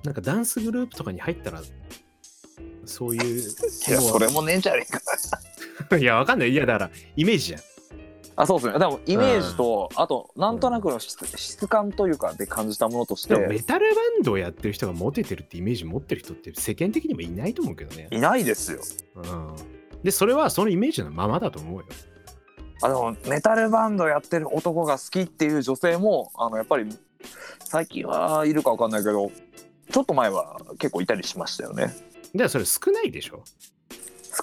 S2: なんかダンスグループとかに入ったら、そういう
S1: い
S2: 希
S1: や
S2: 望は。
S1: それもねえんじゃねえか
S2: いや、わかんない。いや、だから、イメージじゃん。
S1: あそうですねでもイメージと、あとなんとなくの質質感というかで感じたものとして、
S2: でも、メタルバンドをやってる人がモテてるってイメージ持ってる人って世間的にもいないと思うけどね。
S1: いないですよ
S2: うん。で、それはそのイメージのままだと思うよ。
S1: あでもメタルバンドやってる男が好きっていう女性もあのやっぱり最近はいるかわかんないけどちょっと前は結構いたりしましたよね
S2: で、それ少ないでしょ。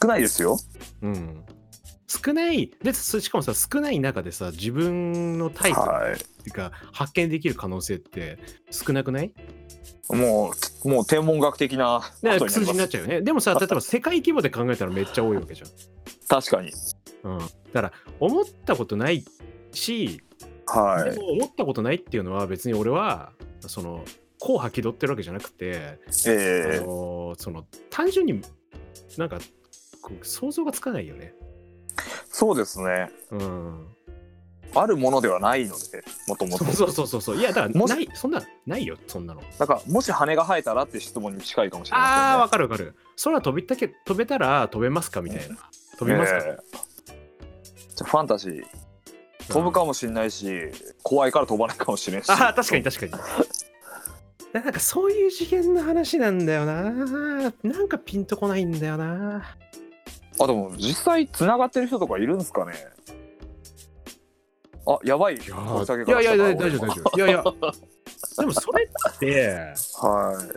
S1: 少ないですよ
S2: うん。少ない。で、そしかもさ、少ない中でさ、自分のタイプ
S1: はい
S2: っていうか発見できる可能性って少なくない
S1: もうもう天文学的なことになり
S2: だか
S1: ま
S2: ら数字になっ
S1: す
S2: ちゃうよねでもさ例えば世界規模で考えたらめっちゃ多いわけじ
S1: 確かに
S2: ゃん、うん、だから思ったことないし、
S1: は
S2: で
S1: い
S2: も思ったことないっていうのは別に俺はその硬派気取ってるわけじゃなくて、
S1: え
S2: あのその単純になんかこう想像がつかないよね
S1: ー、そうですね
S2: うん
S1: あるものではないのでもともと
S2: そうそうそうそういやだから
S1: もし
S2: ないそんなないよそんなの
S1: だからもし羽が生えたらって質問に近いかもしれ
S2: あー
S1: ま
S2: わかるわかる空飛びたけ飛べたら飛べますかみたいな
S1: せ
S2: 飛
S1: んね
S2: びますか、
S1: えーじゃあファンタジー飛ぶかもしれないし、怖いから飛ばないかもしれないし
S2: ああ確かに確かに。なんかそういう次元の話なんだよな。なんかピンとこないんだよな。
S1: あでも実際つながってる人とかいるんですかねあやばい
S2: いや
S1: 持ち上げ
S2: ー
S1: 方
S2: いやいや
S1: した
S2: 大
S1: な
S2: 丈夫大丈夫。いやいや。でもそれって
S1: 俺は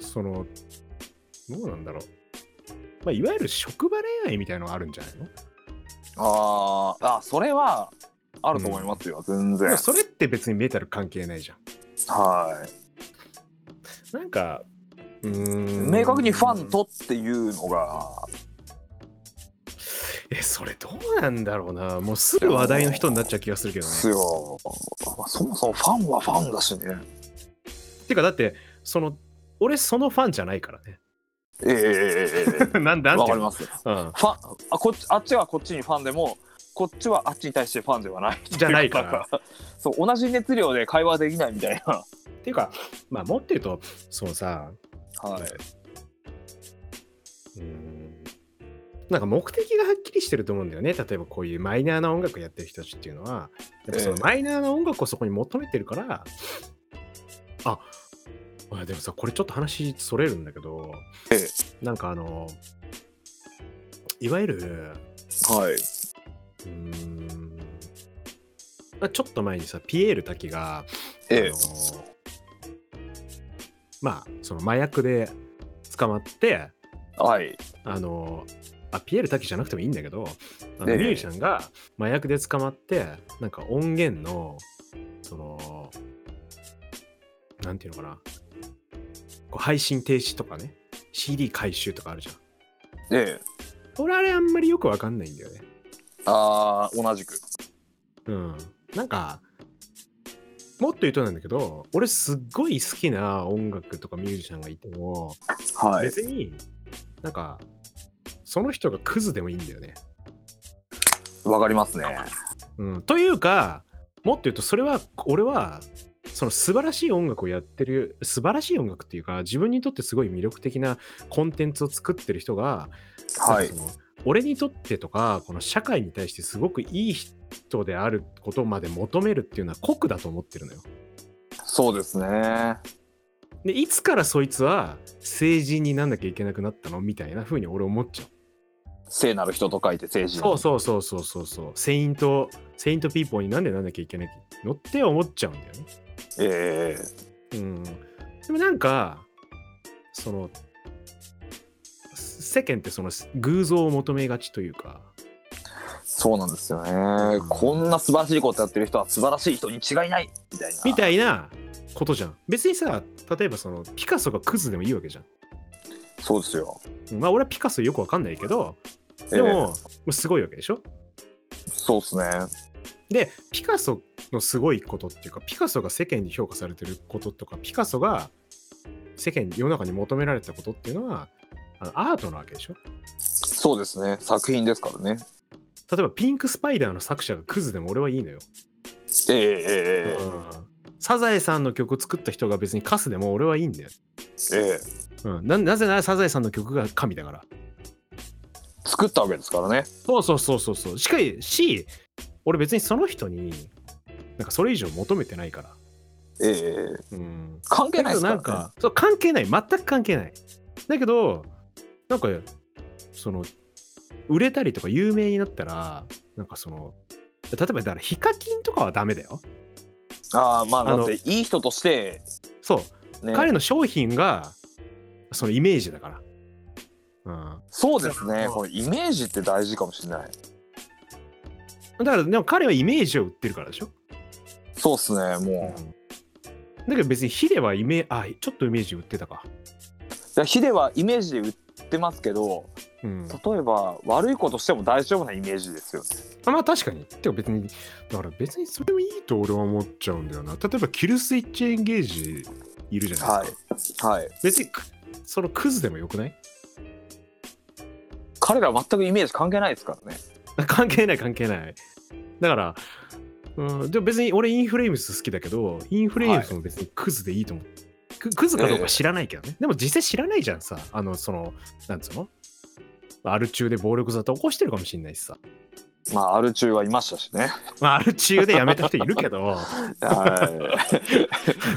S1: い
S2: そのどうなんだろう。まあ、いわゆる職場恋愛みたいのがあるんじゃないの
S1: あーあそれはあると思いますよ、全
S2: で
S1: 然
S2: もそれって別にメタル関係ないじゃん。
S1: は
S2: なんかう
S1: い
S2: ーん
S1: 明確にファンとっていうのが
S2: えそれどうなんだろうなもうすぐ話題の人になっちゃう気がするけどね
S1: すよ、まあそもそもファンはファンだしね
S2: てかだってその俺そのファンじゃないからね
S1: ええええええ
S2: なん
S1: え
S2: なん
S1: わか
S2: てい
S1: り
S2: うの
S1: ます
S2: うん、
S1: ファンあこっちあっちはこっちにファンでもこっちはあっちに対してファンではない
S2: じゃないか
S1: だ
S2: ら。
S1: ら そう同じ熱量で会話できないみたいな、
S2: っていうか、まあ、もっと言うと、そのさ、
S1: はい、
S2: うーんなんか目的がはっきりしてると思うんだよね。例えばこういうマイナーな音楽やってる人たちっていうのは、やっぱその
S1: ええ
S2: マイナーな音楽をそこに求めてるから、ああでもさ、これちょっと話それるんだけど、
S1: ええ
S2: なんかあの、いわゆる、
S1: はい。
S2: うーんまあちょっと前にさピエール滝が、
S1: ええ
S2: あのーまあその麻薬で捕まって
S1: はい。
S2: あのーあピエール滝じゃなくてもいいんだけどあの
S1: ええ
S2: ミュージシャンが麻薬で捕まってなんか音源のそのなんていうのかなこう配信停止とかね CD 回収とかあるじゃん
S1: ええ。
S2: 俺あれあんまりよくわかんないんだよね
S1: ああ、同じく。
S2: うん、なんかもっと言うとなんだけど俺すっごい好きな音楽とかミュージシャンがいても、
S1: は。
S2: 別になんかその人がクズでもいいんだよね。
S1: わかりますね。
S2: うん、というかもっと言うとそれは俺はその素晴らしい音楽をやってる素晴らしい音楽っていうか自分にとってすごい魅力的なコンテンツを作ってる人が
S1: はい
S2: なんかその俺にとってとかこの社会に対してすごくいい人であることまで求めるっていうのは酷だと思ってるのよ。
S1: そうですね。
S2: でいつからそいつは成人になんなきゃいけなくなったのみたいな風に俺思っちゃう。
S1: 聖なる人と書いて聖人。
S2: そうそうそうそうそうそう。セイント、セイントピーポーになんでなんなきゃいけないのって思っちゃうんだよね。
S1: ええ
S2: うん。でもなんか、その、世間ってその偶像を求めがちというか、
S1: そうなんですよね、
S2: うん
S1: こんな素晴らしいことやってる人は素晴らしい人に違いないみたいな。
S2: みたいなことじゃん。別にさ、例えばそのピカソがクズでもいいわけじゃん。
S1: そうですよ。
S2: うんまあ俺はピカソよくわかんないけど、でも、
S1: ええ
S2: もうすごいわけでしょ
S1: そうっすね。
S2: でピカソのすごいことっていうかピカソが世間に評価されてることとかピカソが世間世の中に求められてたことっていうのはあのアートなわけでしょ
S1: そうですね。作品ですからね。
S2: 例えばピンクスパイダーの作者がクズでも俺はいいのよ、
S1: えええええ
S2: うんサザエさんの曲作った人が別にカスでも俺はいいんだよ、
S1: えええ
S2: うん、ななぜならサザエさんの曲が神だから
S1: 作ったわけですからね。
S2: そうそうそうそうそうしかし俺別にその人になんかそれ以上求めてないから
S1: ええええ
S2: うん
S1: 関係ないですから、
S2: だ
S1: ね。
S2: けどなんかそう関係ない全く関係ないだけどなんかその売れたりとか有名になったらなんかその例えばだからヒカキンとかはダメだよ
S1: ああ、まあ、
S2: あ
S1: だ
S2: の
S1: って、いい人として、
S2: そう、
S1: ね。
S2: 彼の商品がそのイメージだから
S1: そうですね。
S2: うん
S1: このイメージって大事かもしれない。
S2: うんだからでも彼はイメージを売ってるからでしょ、
S1: そうっすね。もう。
S2: だけど別にヒデはイメあちょっとイメージ売ってたか
S1: いや、ヒデはイメージで売ってますけど、
S2: うん
S1: 例えば、悪いことしても大丈夫なイメージですよね。
S2: あまあ確かに。てか別に、だから別にそれもいいと俺は思っちゃうんだよな。例えばキルスイッチエンゲージいるじゃない
S1: は
S2: ですか。
S1: い。はい。
S2: 別にくそのクズでもよくない
S1: 彼らは全くイメージ関係ないですからね。
S2: 関係ない関係ない。だから、うん、でも別に俺インフレームス好きだけど、インフレームスも別にクズでいいと思う。くクズかどうか知らないけどね。でも実際知らないじゃんさ。あの、その、なんつうのアル中で暴力沙汰起こしてるかもしれないしさ。
S1: まあ、アル中はいましたしね。
S2: まあ、アル中で辞めた人いるけど。
S1: は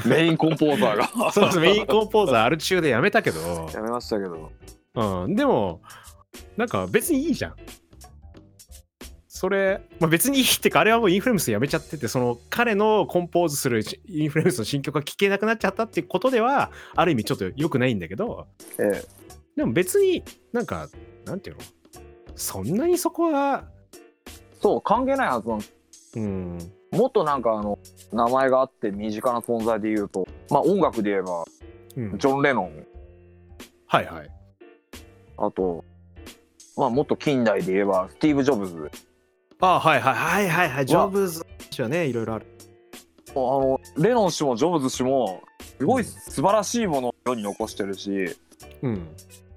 S1: い。 メインコンポーザーが。
S2: そうですメインコンポーザーアル中で辞めたけど、
S1: やめましたけど。
S2: うん、でもなんか別にいいじゃんそれ、まあ、別にいいってかあれはもうインフルエンス辞めちゃっててその彼のコンポーズするインフルエンスの新曲が聴けなくなっちゃったってことではある意味ちょっと良くないんだけど
S1: ええ。
S2: でも別になんかなんていうのそんなにそこは
S1: そう、関係ないはずなんです
S2: うん
S1: もっとなんかあの、名前があって身近な存在で言うと、まあ音楽で言えば、
S2: うん
S1: ジョン・レノン、
S2: はいはい
S1: あと、まあもっと近代で言えば、スティーブ・ジョブズ。
S2: あはいはいはいはいはいジョブズの話はねいろいろある
S1: あの、レノン氏もジョブズ氏も、すごい素晴らしいものを世に残してるし、
S2: うん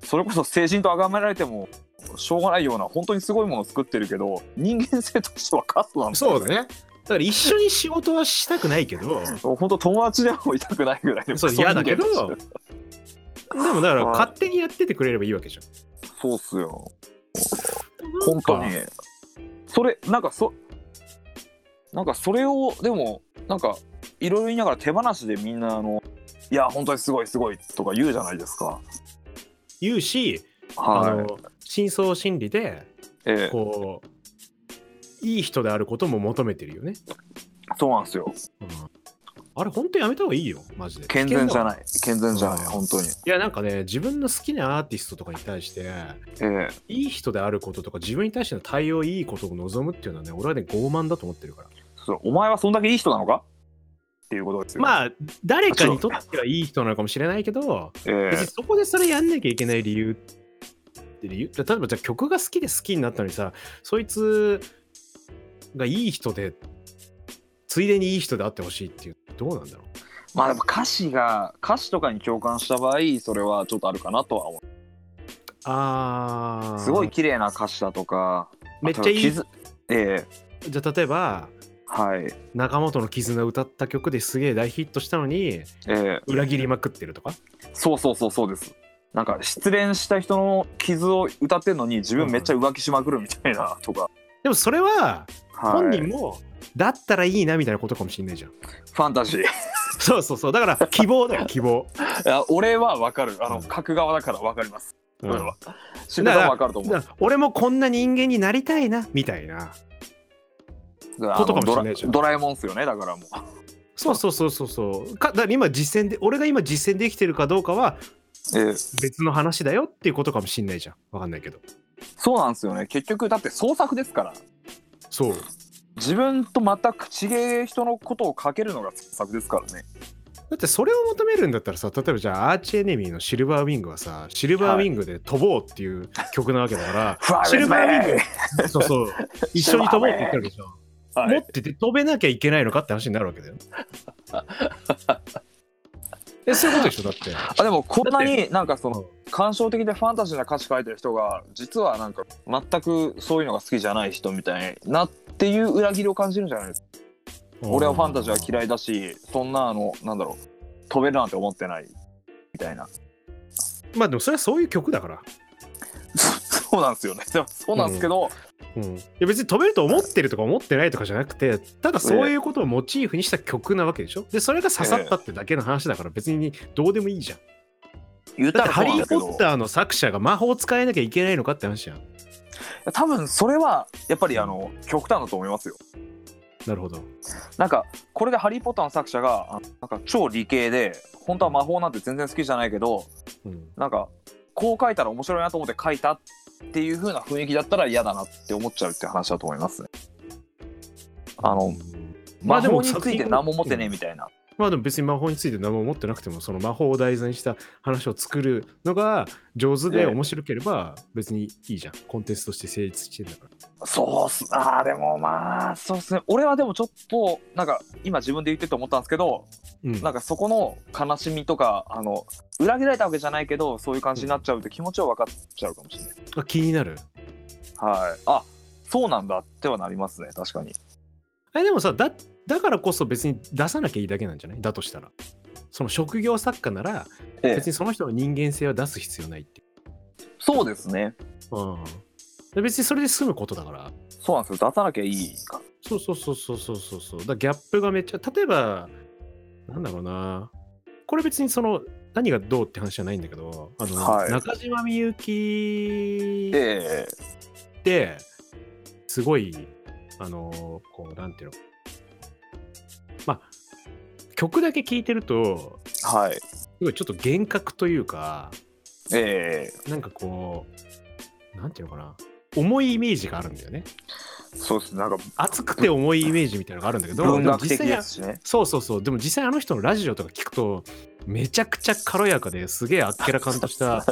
S1: それこそ成人と崇められても、しょうがないような本当にすごいものを作ってるけど人間性としてはカスなんですよ
S2: そうだねだから一緒に仕事はしたくないけど
S1: 本当友達でもいたくないぐらいの
S2: そ
S1: クソ
S2: う
S1: 人
S2: 嫌
S1: 間
S2: だけど
S1: として
S2: でもだから
S1: はい
S2: 勝手にやっててくれればいいわけじゃん。
S1: そうっすよ本当に
S2: なんか。
S1: それなんかそなんかそれをでもなんかいろいろ言いながら手放しでみんなあのいや本当にすごいすごいとか言うじゃないですか
S2: 言うし、あ
S1: はい
S2: の真相心理で
S1: ええ
S2: こういい人であることも求めてるよね。
S1: そうなんですよ
S2: うんあれ本当やめた方がいいよマジで。
S1: 健全じゃ
S2: い。
S1: ない健全じゃない
S2: うん
S1: 本当に
S2: いやなんかね自分の好きなアーティストとかに対して
S1: ええ
S2: いい人であることとか自分に対しての対応いいことを望むっていうのはね俺はね傲慢だと思ってるから。
S1: そうお前はそんだけいい人なのかっていうことですよあ
S2: まあ誰かにとってはいい人なのかもしれないけど。
S1: え
S2: 別にそこでそれやんなきゃいけない理由って理由例えばじゃあ曲が好きで好きになったのにさそいつがいい人でついでにいい人であってほしいっていうどうなんだろう
S1: えまあでも歌詞が歌詞とかに共感した場合それはちょっとあるかなとは思う
S2: あー
S1: すごい綺麗な歌詞だとか
S2: めっちゃいい
S1: あと傷ええ
S2: じゃあ例えば
S1: はい
S2: 中本の絆歌った曲ですげえ大ヒットしたのに
S1: ええ
S2: 裏切りまくってるとか
S1: そうそうそうそうです。なんか失恋した人の傷を歌ってんのに自分めっちゃ浮気しまくるみたいなとか、
S2: でもそれは
S1: はい
S2: 本人もだったらいいなみたいなことかもしんないじゃん、
S1: ファンタ ジーい
S2: そうそうそうだから希望だよ希望
S1: や俺はわかるあの
S2: うん
S1: 書く側だからわかります、
S2: うん
S1: 俺は渋谷さんわかると思う
S2: だから俺もこんな人間になりたいなみたいな
S1: だ
S2: ことかも
S1: あのド
S2: しれな
S1: ラ
S2: いじゃん
S1: ドラえもんっすよねだからもう
S2: そうそうそうそうそうかだから今実践で俺が今実践できてるかどうかは
S1: ええ
S2: 別の話だよっていうことかもしんないじゃんわかんないけど
S1: そうなんですよね結局だって創作ですから
S2: そう
S1: 自分と全く違え人のことを書けるのが創作ですからね
S2: だってそれを求めるんだったらさ例えばじゃあアーチエネミーのシルバーウィングはさシルバーウィングで飛ぼうっていう曲なわけだ から、シルバーウィングそうそう一緒に飛ぼうって言ってるでしょ、
S1: はい
S2: 持ってて飛べなきゃいけないのかって話になる わけだよえそういうことでしょだって
S1: あでもこんな
S2: だ
S1: になんかその
S2: う
S1: 感傷的でファンタジーな歌詞書いてる人が実はなんか全くそういうのが好きじゃない人みたいなっていう裏切りを感じるんじゃないですか俺はファンタジーは嫌
S2: い
S1: いだしそんなあのなんだろう飛べるなんて思ってないみたいな
S2: まあでもそれはそういう曲だから、
S1: そうなんですよねでもそうなんですけど、
S2: うん、いや別に飛べると思ってるとか思ってないとかじゃなくてただそういうことをモチーフにした曲なわけでしょでそれが刺さったってだけの話だから別にどうでもいいじゃん
S1: 言っ
S2: だ
S1: たら
S2: ってハ
S1: そう
S2: リ
S1: なんで
S2: ー・
S1: すけど
S2: ポッターの作者が魔法を使えなきゃいけないのかって話じゃん
S1: 多分それはやっぱりあの極端だと思いますよ
S2: なるほど
S1: なんかこれで「ハリー・ポッター」の作者があのなんか超理系で本当は魔法なんて全然好きじゃないけど
S2: うん
S1: なんかこう書いたら面白いなと思って書いたっていう風な雰囲気だったら嫌だなって思っちゃうって話だと思いますね。あの魔
S2: まあでも
S1: 法について何も持ってねえみたいな。
S2: まあでも別に魔法について何も思ってなくてもその魔法を題材にした話を作るのが上手
S1: ええ
S2: で面白ければ別にいいじゃんコンテンツとして成立してるんだから
S1: そうっすあーでもまあそうっすね俺はでもちょっとなんか今自分で言ってて思ったんですけど
S2: うん
S1: なんかそこの悲しみとかあの裏切られたわけじゃないけどそういう感じになっちゃうって気持ちは分かっちゃうかもしれない。
S2: あ気になる
S1: はい、あそうなんだってはなりますね確かに。
S2: あれでもさだだからこそ別に出さなきゃいいだけなんじゃないだとしたらその職業作家なら
S1: え
S2: 別にその人の人間性は出す必要ないっていう
S1: そうですね
S2: うんで別にそれで済むことだから
S1: そうなんですよ出さなきゃいいか
S2: そうそうそうそうそうそうそうだからギャップがめっちゃ例えばなんだろうなこれ別にその何がどうって話じゃないんだけどあの、
S1: はい
S2: 中島みゆき
S1: ええ
S2: ってすごいあのこうなんていうのまあ曲だけ聴いてると
S1: はい
S2: すごいちょっと幻覚というか
S1: ええ
S2: なんかこうなんていうのかな重いイメージがあるんだよね
S1: そうですなんか
S2: 熱くて重いイメージみたいなのがあるんだけど
S1: 文
S2: でも
S1: 学
S2: 実
S1: 的
S2: 際に
S1: ですしね
S2: そうそうそうでも実際あの人のラジオとか聞くとめちゃくちゃ軽やかですげえあっけらかんとした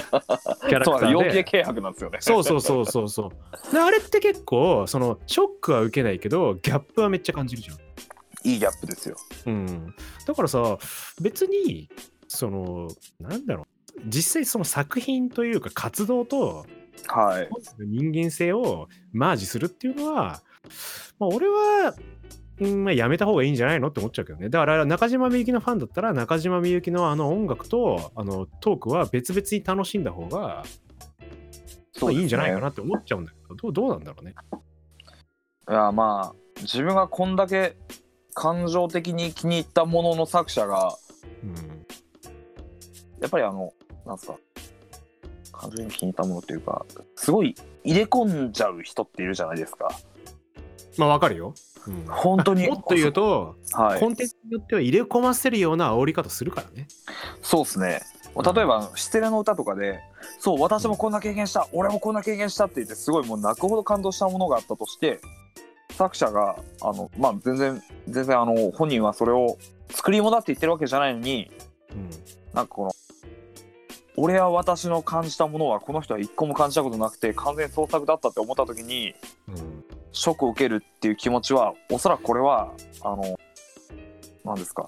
S2: キャラクタ
S1: そうなんです陽
S2: ー
S1: 気で
S2: で。
S1: 軽薄なんですよね
S2: そうそうそうそうそうであれって結構そのショックは受けないけどギャップはめっちゃ感じるじ
S1: いいギャップですよ
S2: ゃん、うん、だからさ別にそのなんだろう実際その作品というか活動と
S1: はい
S2: 人間性をマージするっていうのは、まあ、俺は、うんまあ、やめた方がいいんじゃないのって思っちゃうけどねだから中島みゆきのファンだったら中島みゆきのあの音楽とあのトークは別々に楽しんだ方が、
S1: そう
S2: まあ、
S1: ですね
S2: いいんじゃないかなって思っちゃうんだけどどうどうなんだろうね
S1: いやまあ自分がこんだけ感情的に気に入ったものの作者が
S2: うん
S1: やっぱりあのなんですか感情に気に入ったものというかすごい入れ込んじゃう人っているじゃないですか
S2: まあわかるよ、うんも
S1: 本当に
S2: っと言うと、
S1: はい
S2: コンテンツによっては入れ込ませるような煽り方するからね
S1: そうですね。
S2: うん
S1: 例えば、失恋の歌とかで、そう、私もこんな経験した、俺もこんな経験したって言って、すごいもう泣くほど感動したものがあったとして、作者が、あの、まあ、全然、全然、あの、本人はそれを作り物だって言ってるわけじゃないのに、
S2: うん
S1: なんかこの、俺は私の感じたものは、この人は一個も感じたことなくて、完全に創作だったって思った時に、
S2: うん
S1: ショックを受けるっていう気持ちは、おそらくこれは、あの、なんですか、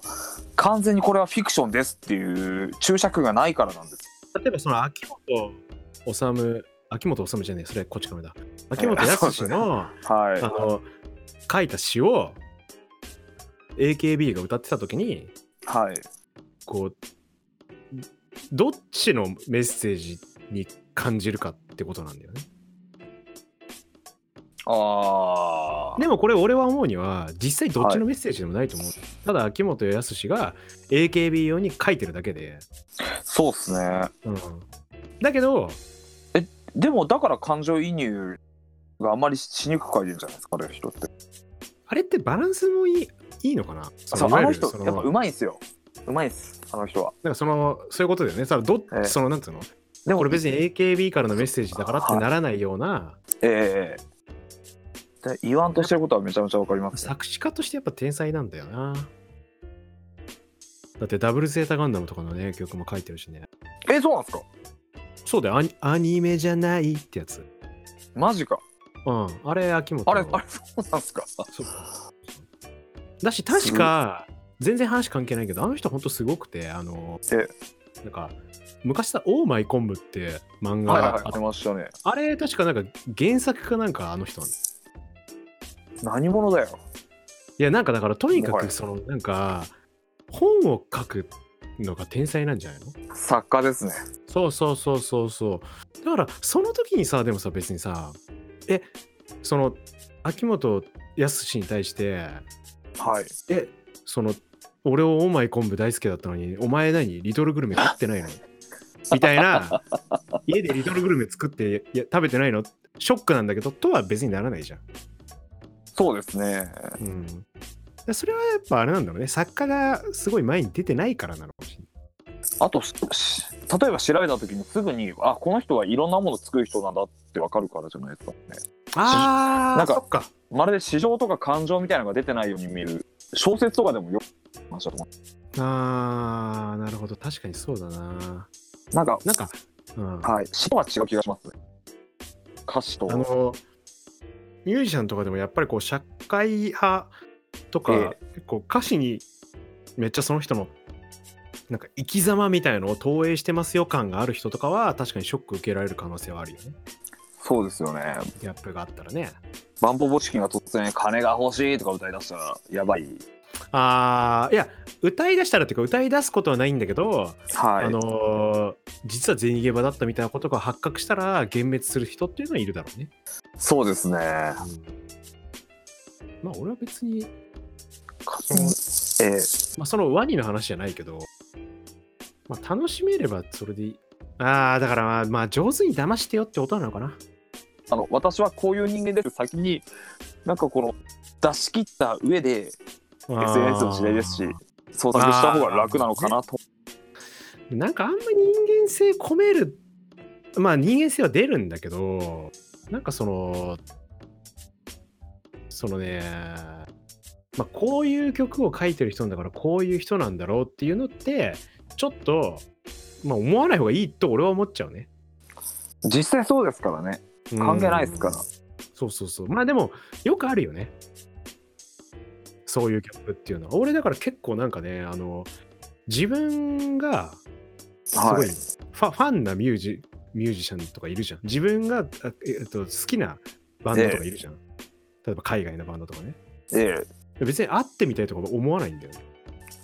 S1: 完全にこれはフィクションですっていう注釈がないからなんですよ
S2: 例えばその秋元治秋元治じゃねえそれこっち亀だ秋元康の、
S1: はい。
S2: あの書いた詩を AKB が歌ってた時に
S1: はい。
S2: こうどっちのメッセージに感じるかってことなんだよね。
S1: ああ。
S2: でもこれ俺は思うには実際どっちのメッセージでもないと思う。ただ秋元康が AKB 用に書いてるだけで。
S1: そうっすね。
S2: うんだけど
S1: でも、だから感情移入があんまりしにくく書いてるんじゃないですか、あれ人って。
S2: あれってバランスもいいいいのかな
S1: そう、
S2: いわ
S1: あ
S2: ゆ
S1: の
S2: る
S1: 人、
S2: その
S1: やっぱうまいんすよ。うまいっす、あの人は。
S2: なんかそのそういうことだよね。さどっ
S1: ええ
S2: そのなんつうの
S1: でも
S2: これ別に AKB からのメッセージだからってならないような。
S1: ええで言わんとしてることはめちゃめちゃわかりますね。
S2: 作詞家としてやっぱ天才なんだよな。だってダブルゼータガンダムとかのね、曲も書いてるしね。
S1: え、そうなんですか
S2: そうだよ、アニアニメじゃないってやつ。
S1: マジか。
S2: うん、あれ、秋元
S1: あれ、あれ、そうなんですか
S2: そうだし、確か、全然話関係ないけど、あの人、ほんとすごくて、あの、
S1: え
S2: なんか、昔さ、オーマイコンブって漫
S1: はいはい
S2: 画
S1: はい、
S2: あっ
S1: 出ましたね。
S2: あれ、確かなんか原作かなんかあの人なんです。
S1: 何者だよ。
S2: いや、なんかだからとにか
S1: はい
S2: く、その、なんか、本を書くのが天才なんじゃないの
S1: 作家ですね。
S2: そうそうそうそうそう。だから、その時にさ、でもさ、別にさ、え、その、秋元康に対して、
S1: はい。
S2: え、その、俺をオーマイ昆布大好きだったのに、お前何リトルグルメ食ってないのみた いな、家でリトルグルメ作っていや食べてないのショックなんだけど、とは別にならないじゃん。
S1: そうですね。
S2: うん、でそれはやっぱあれなんだろうね作家がすごい前に出てないからなのかもしれない
S1: あと、しし例えば調べたときにすぐに、あ、この人はいろんなもの作る人なんだってわかるからじゃないですかね。
S2: あ
S1: ーなんか
S2: そっか
S1: まるで市場とか感情みたいなのが出てないように見える。小説とかでもよく話だと思
S2: あーなるほど確かにそうだな
S1: う。なんか、
S2: なんか、うん、あ
S1: はい。詩とは違う気がしますね。歌詞と。
S2: のミュージシャンとかでもやっぱりこう社会派とか、
S1: え
S2: 結構歌詞にめっちゃその人のなんか生き様みたいのを投影してますよ感がある人とかは確かにショック受けられる可能性はあるよね
S1: そうですよね。
S2: ギャップがあったらね
S1: バンポボチキンが突然金が欲しいとか歌い出したらやばい。
S2: あーいや歌い出したらっていうか歌い出すことはないんだけど
S1: はい。
S2: あのー実は銭ゲバだったみたいなことが発覚したら幻滅する人っていうのはいるだろうね。
S1: そうですね。
S2: まあ俺は別に、
S1: ええ
S2: まあ、そのワニの話じゃないけど、まあ、楽しめればそれでいい。ああだからまあ、まあ、上手に騙してよってことなのかな。
S1: あの私はこういう人間です先になんかこの出し切った上で SNS の時代ですし創作した方が楽なのかなと
S2: なんかあんま人間性込める、まあ人間性は出るんだけど、なんかその、そのね、まあこういう曲を書いてる人なんだからこういう人なんだろうっていうのって、ちょっと、まあ思わない方がいいと俺は思っちゃうね。
S1: 実際そうですからね
S2: うん
S1: 関係ないですから。
S2: そうそうそう。まあでも、よくあるよね。そういうギャップっていうのは。俺だから結構なんかね、あの、自分が、すご
S1: はい
S2: いファファンなミュージミュージシャンとかいるじゃん。自分が、あえっと、好きなバンドとかいるじゃん。例えば海外のバンドとかね。
S1: ええ
S2: 別に会ってみたいとか思わないんだよね。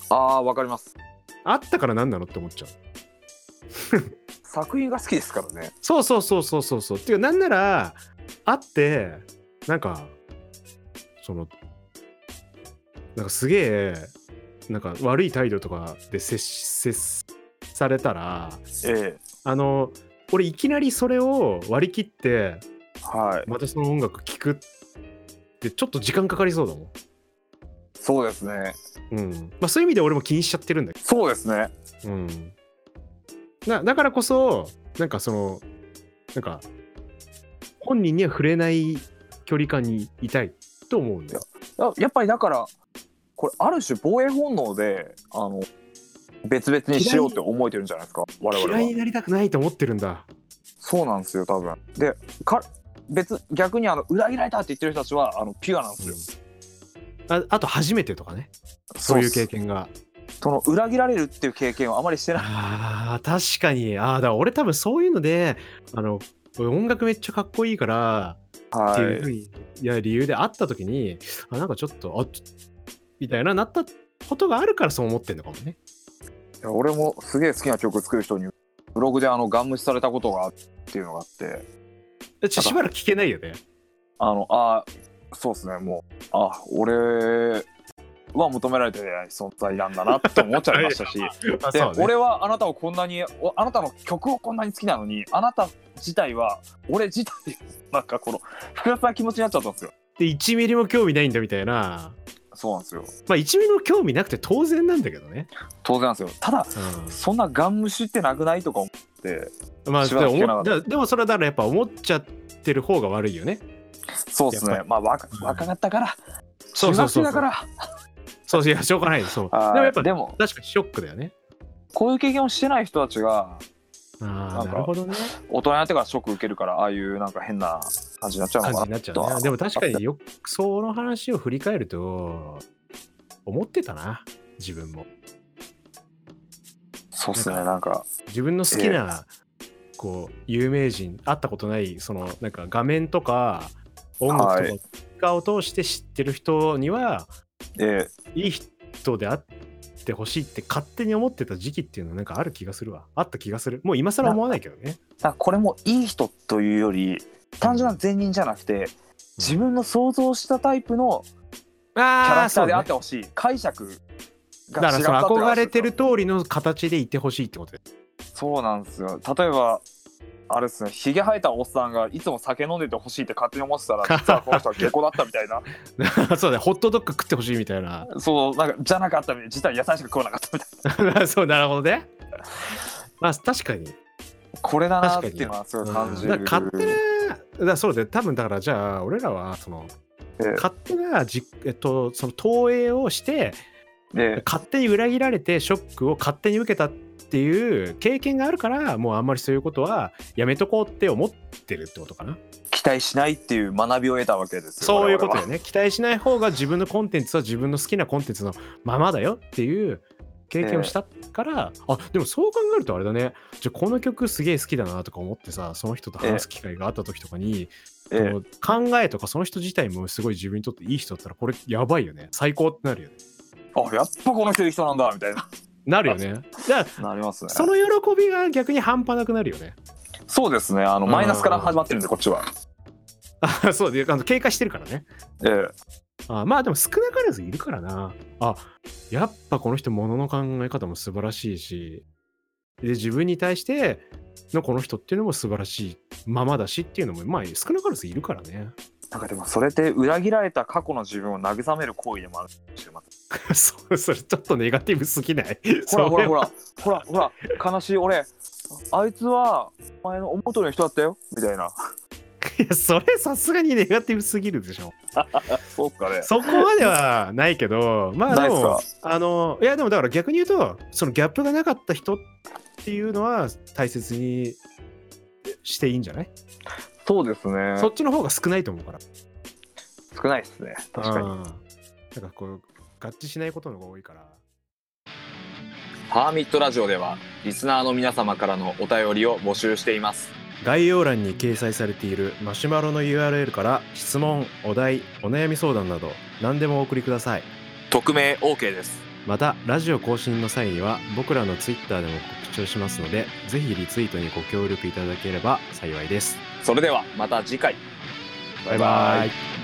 S1: ああわかります
S2: 会ったから何なのって思っちゃう。
S1: 作品が好きですからね
S2: そうそうそうそうそうそう。っていうか、なんなら、会って、なんか、その、なんかすげえ、なんか悪い態度とかで接し接されたら、
S1: ええ
S2: あの、俺いきなりそれを割り切って、
S1: はい
S2: またその音楽聴くってちょっと時間かかりそうだも
S1: そうですね
S2: ん、うんまあ、そういう意味で俺も気にしちゃってるんだけ
S1: そうですね
S2: ど、うん、なだからこそなんかそのなんか本人には触れない距離感にいたいと思うんだよ。
S1: ややっぱりだからこれある種防衛本能であの別々にしようって思えてるんじゃないですか我々は
S2: 嫌いになりたくないと思ってるんだ。
S1: そうなんですよ多分でか別逆にあの裏切られたって言ってる人たちはあのピュアなんですよ、
S2: ああと初めてとかねそういう経験が
S1: その裏切られるっていう経験をあまりしてない
S2: あー確かにああだから俺多分そういうのであの俺音楽めっちゃかっこいいからっていうふ
S1: は
S2: うに、い、や理由で会った時にあなんかちょっとあちょみたいななったことがあるからそう思ってんのかもね
S1: いいや俺もすげえ好きな曲作る人にブログであのガン無視されたことがあるっていうのがあって
S2: ちょしばらく聞けないよね
S1: あのあーそうですねもうあ俺は求められてない存在なんだなって思っちゃいましたし
S2: あ
S1: で、
S2: そうね
S1: 俺はあなたをこんなにおあなたの曲をこんなに好きなのにあなた自体は俺自体 なんかこの複雑な気持ちになっちゃったんですよ
S2: で1ミリも興味ないんだみたいな
S1: そうなんですよ
S2: まあ1ミリも興味なくて当然なんだけどね、
S1: 当然なんですよただそんなガン無視ってなくないとか思って
S2: うん、まあ
S1: し
S2: で
S1: ばらく聞けなか
S2: も
S1: った
S2: だでもそれはだからやっぱ思っちゃってる方が悪いよね
S1: そうです
S2: やっ
S1: ね
S2: ぱ
S1: まあ若
S2: うん
S1: 若かったから
S2: そうそうそ
S1: 中学生
S2: う
S1: だから
S2: そういやしょうがないそうで
S1: あー
S2: もやっぱ
S1: でも
S2: 確かにショックだよね
S1: こういう経験をしてない人たちが
S2: あ
S1: なん
S2: あ
S1: か
S2: なるほどね
S1: 大人になってからショック受けるからああいうなんか変な感じになっちゃう
S2: 感
S1: の
S2: じ
S1: か
S2: に
S1: な
S2: なっちゃうねでも確かによくその話を振り返ると思ってたな自分も
S1: そうっすねなんか
S2: 自分の好きな、こう有名人会ったことないそのなんか画面とか音楽
S1: は
S2: とかを通して知ってる人には、
S1: え
S2: い、い人であってほしいって勝手に思ってた時期っていうのはなんかある気がするわあった気がするもう今更思わないけどね
S1: ーなんかこれもいい人というより単純な善人じゃなくて自分の想像したタイプのキャ
S2: あ
S1: ラクターであってほしい、解釈
S2: だ
S1: が違
S2: から
S1: っ
S2: その
S1: たっていう
S2: 憧
S1: 話
S2: れてる通りの形でいてほしいってことで
S1: そうなんですよ例えばあれですねひげ生えたおっさんがいつも酒飲んでてほしいって勝手に思ってたら 実はこの人は下戸だったみたいな
S2: す そうだホットドッグ食ってほしいみたいな
S1: そうなんかじゃなかったみたいな実は野菜しか食わなかったみたい
S2: そうなるほどねまあ確かに
S1: なこれだなっていうのはすごい感じる、
S2: うんだから勝手なだからそうですね多分だからじゃあ俺らはその
S1: ええ
S2: 勝手なじ、えっと、その投影をして
S1: で
S2: 勝手に裏切られてショックを勝手に受けたっていう経験があるからもうあんまりそういうことはやめとこうって思ってるってことかな
S1: 期待しないっていう学びを得たわけですよ
S2: そういうこと
S1: 我
S2: だよ
S1: 々は
S2: ね期待しない方が自分のコンテンツは自分の好きなコンテンツのままだよっていう経験をしたから、あでもそう考えるとあれだねじゃあこの曲すげえ好きだなとか思ってさその人と話す機会があった時とかに、
S1: ええ
S2: その考えとかその人自体もすごい自分にとっていい人だったらこれやばいよね最高ってなるよね
S1: あやっぱこの人いい人なんだみたいな
S2: なるよねだか
S1: なります
S2: ら
S1: ね
S2: その喜びが逆に半端なくなる よね
S1: そうですねあの
S2: うん
S1: マイナスから始まってるんでこっちは
S2: あそうであの経過してるからね
S1: ええ
S2: あまあでも少なからずいるからな。あやっぱこの人ものの考え方も素晴らしいしで自分に対してのこの人っていうのも素晴らしいままだしっていうのもまあ少なからずいるからね。
S1: なんかでもそれって裏切られた過去の自分を慰める行為でもあるかもしれません
S2: そそれちょっとネガティブすぎない。
S1: ほら
S2: そ
S1: ほ
S2: れ
S1: らほらほらほら悲しい俺あいつはお前の思う通りの人だったよみたいな
S2: いやそれさすがにネガティブすぎるでしょ。
S1: そうっすかね
S2: そこまではないけどまあ
S1: な
S2: で
S1: いっす
S2: も
S1: か
S2: あのいやでもだから逆に言うとそのギャップがなかった人っていうのは大切にしていいんじゃない
S1: そうですね
S2: そっちの方が少ないと思うから。
S1: 少ないですね確かに
S2: うんなんかこう、合致しないことの方が多いから。
S1: パーミットラジオではリスナーの皆様からのお便りを募集しています
S2: 概要欄に掲載されているマシュマロの URL から質問、お題、お悩み相談など何でもお送りください。
S1: 匿名 OK です
S2: また、ラジオ更新の際には僕らの Twitter でも告知をしますので、ぜひリツイートにご協力いただければ幸いです。
S1: それではまた次回
S2: バイバイ。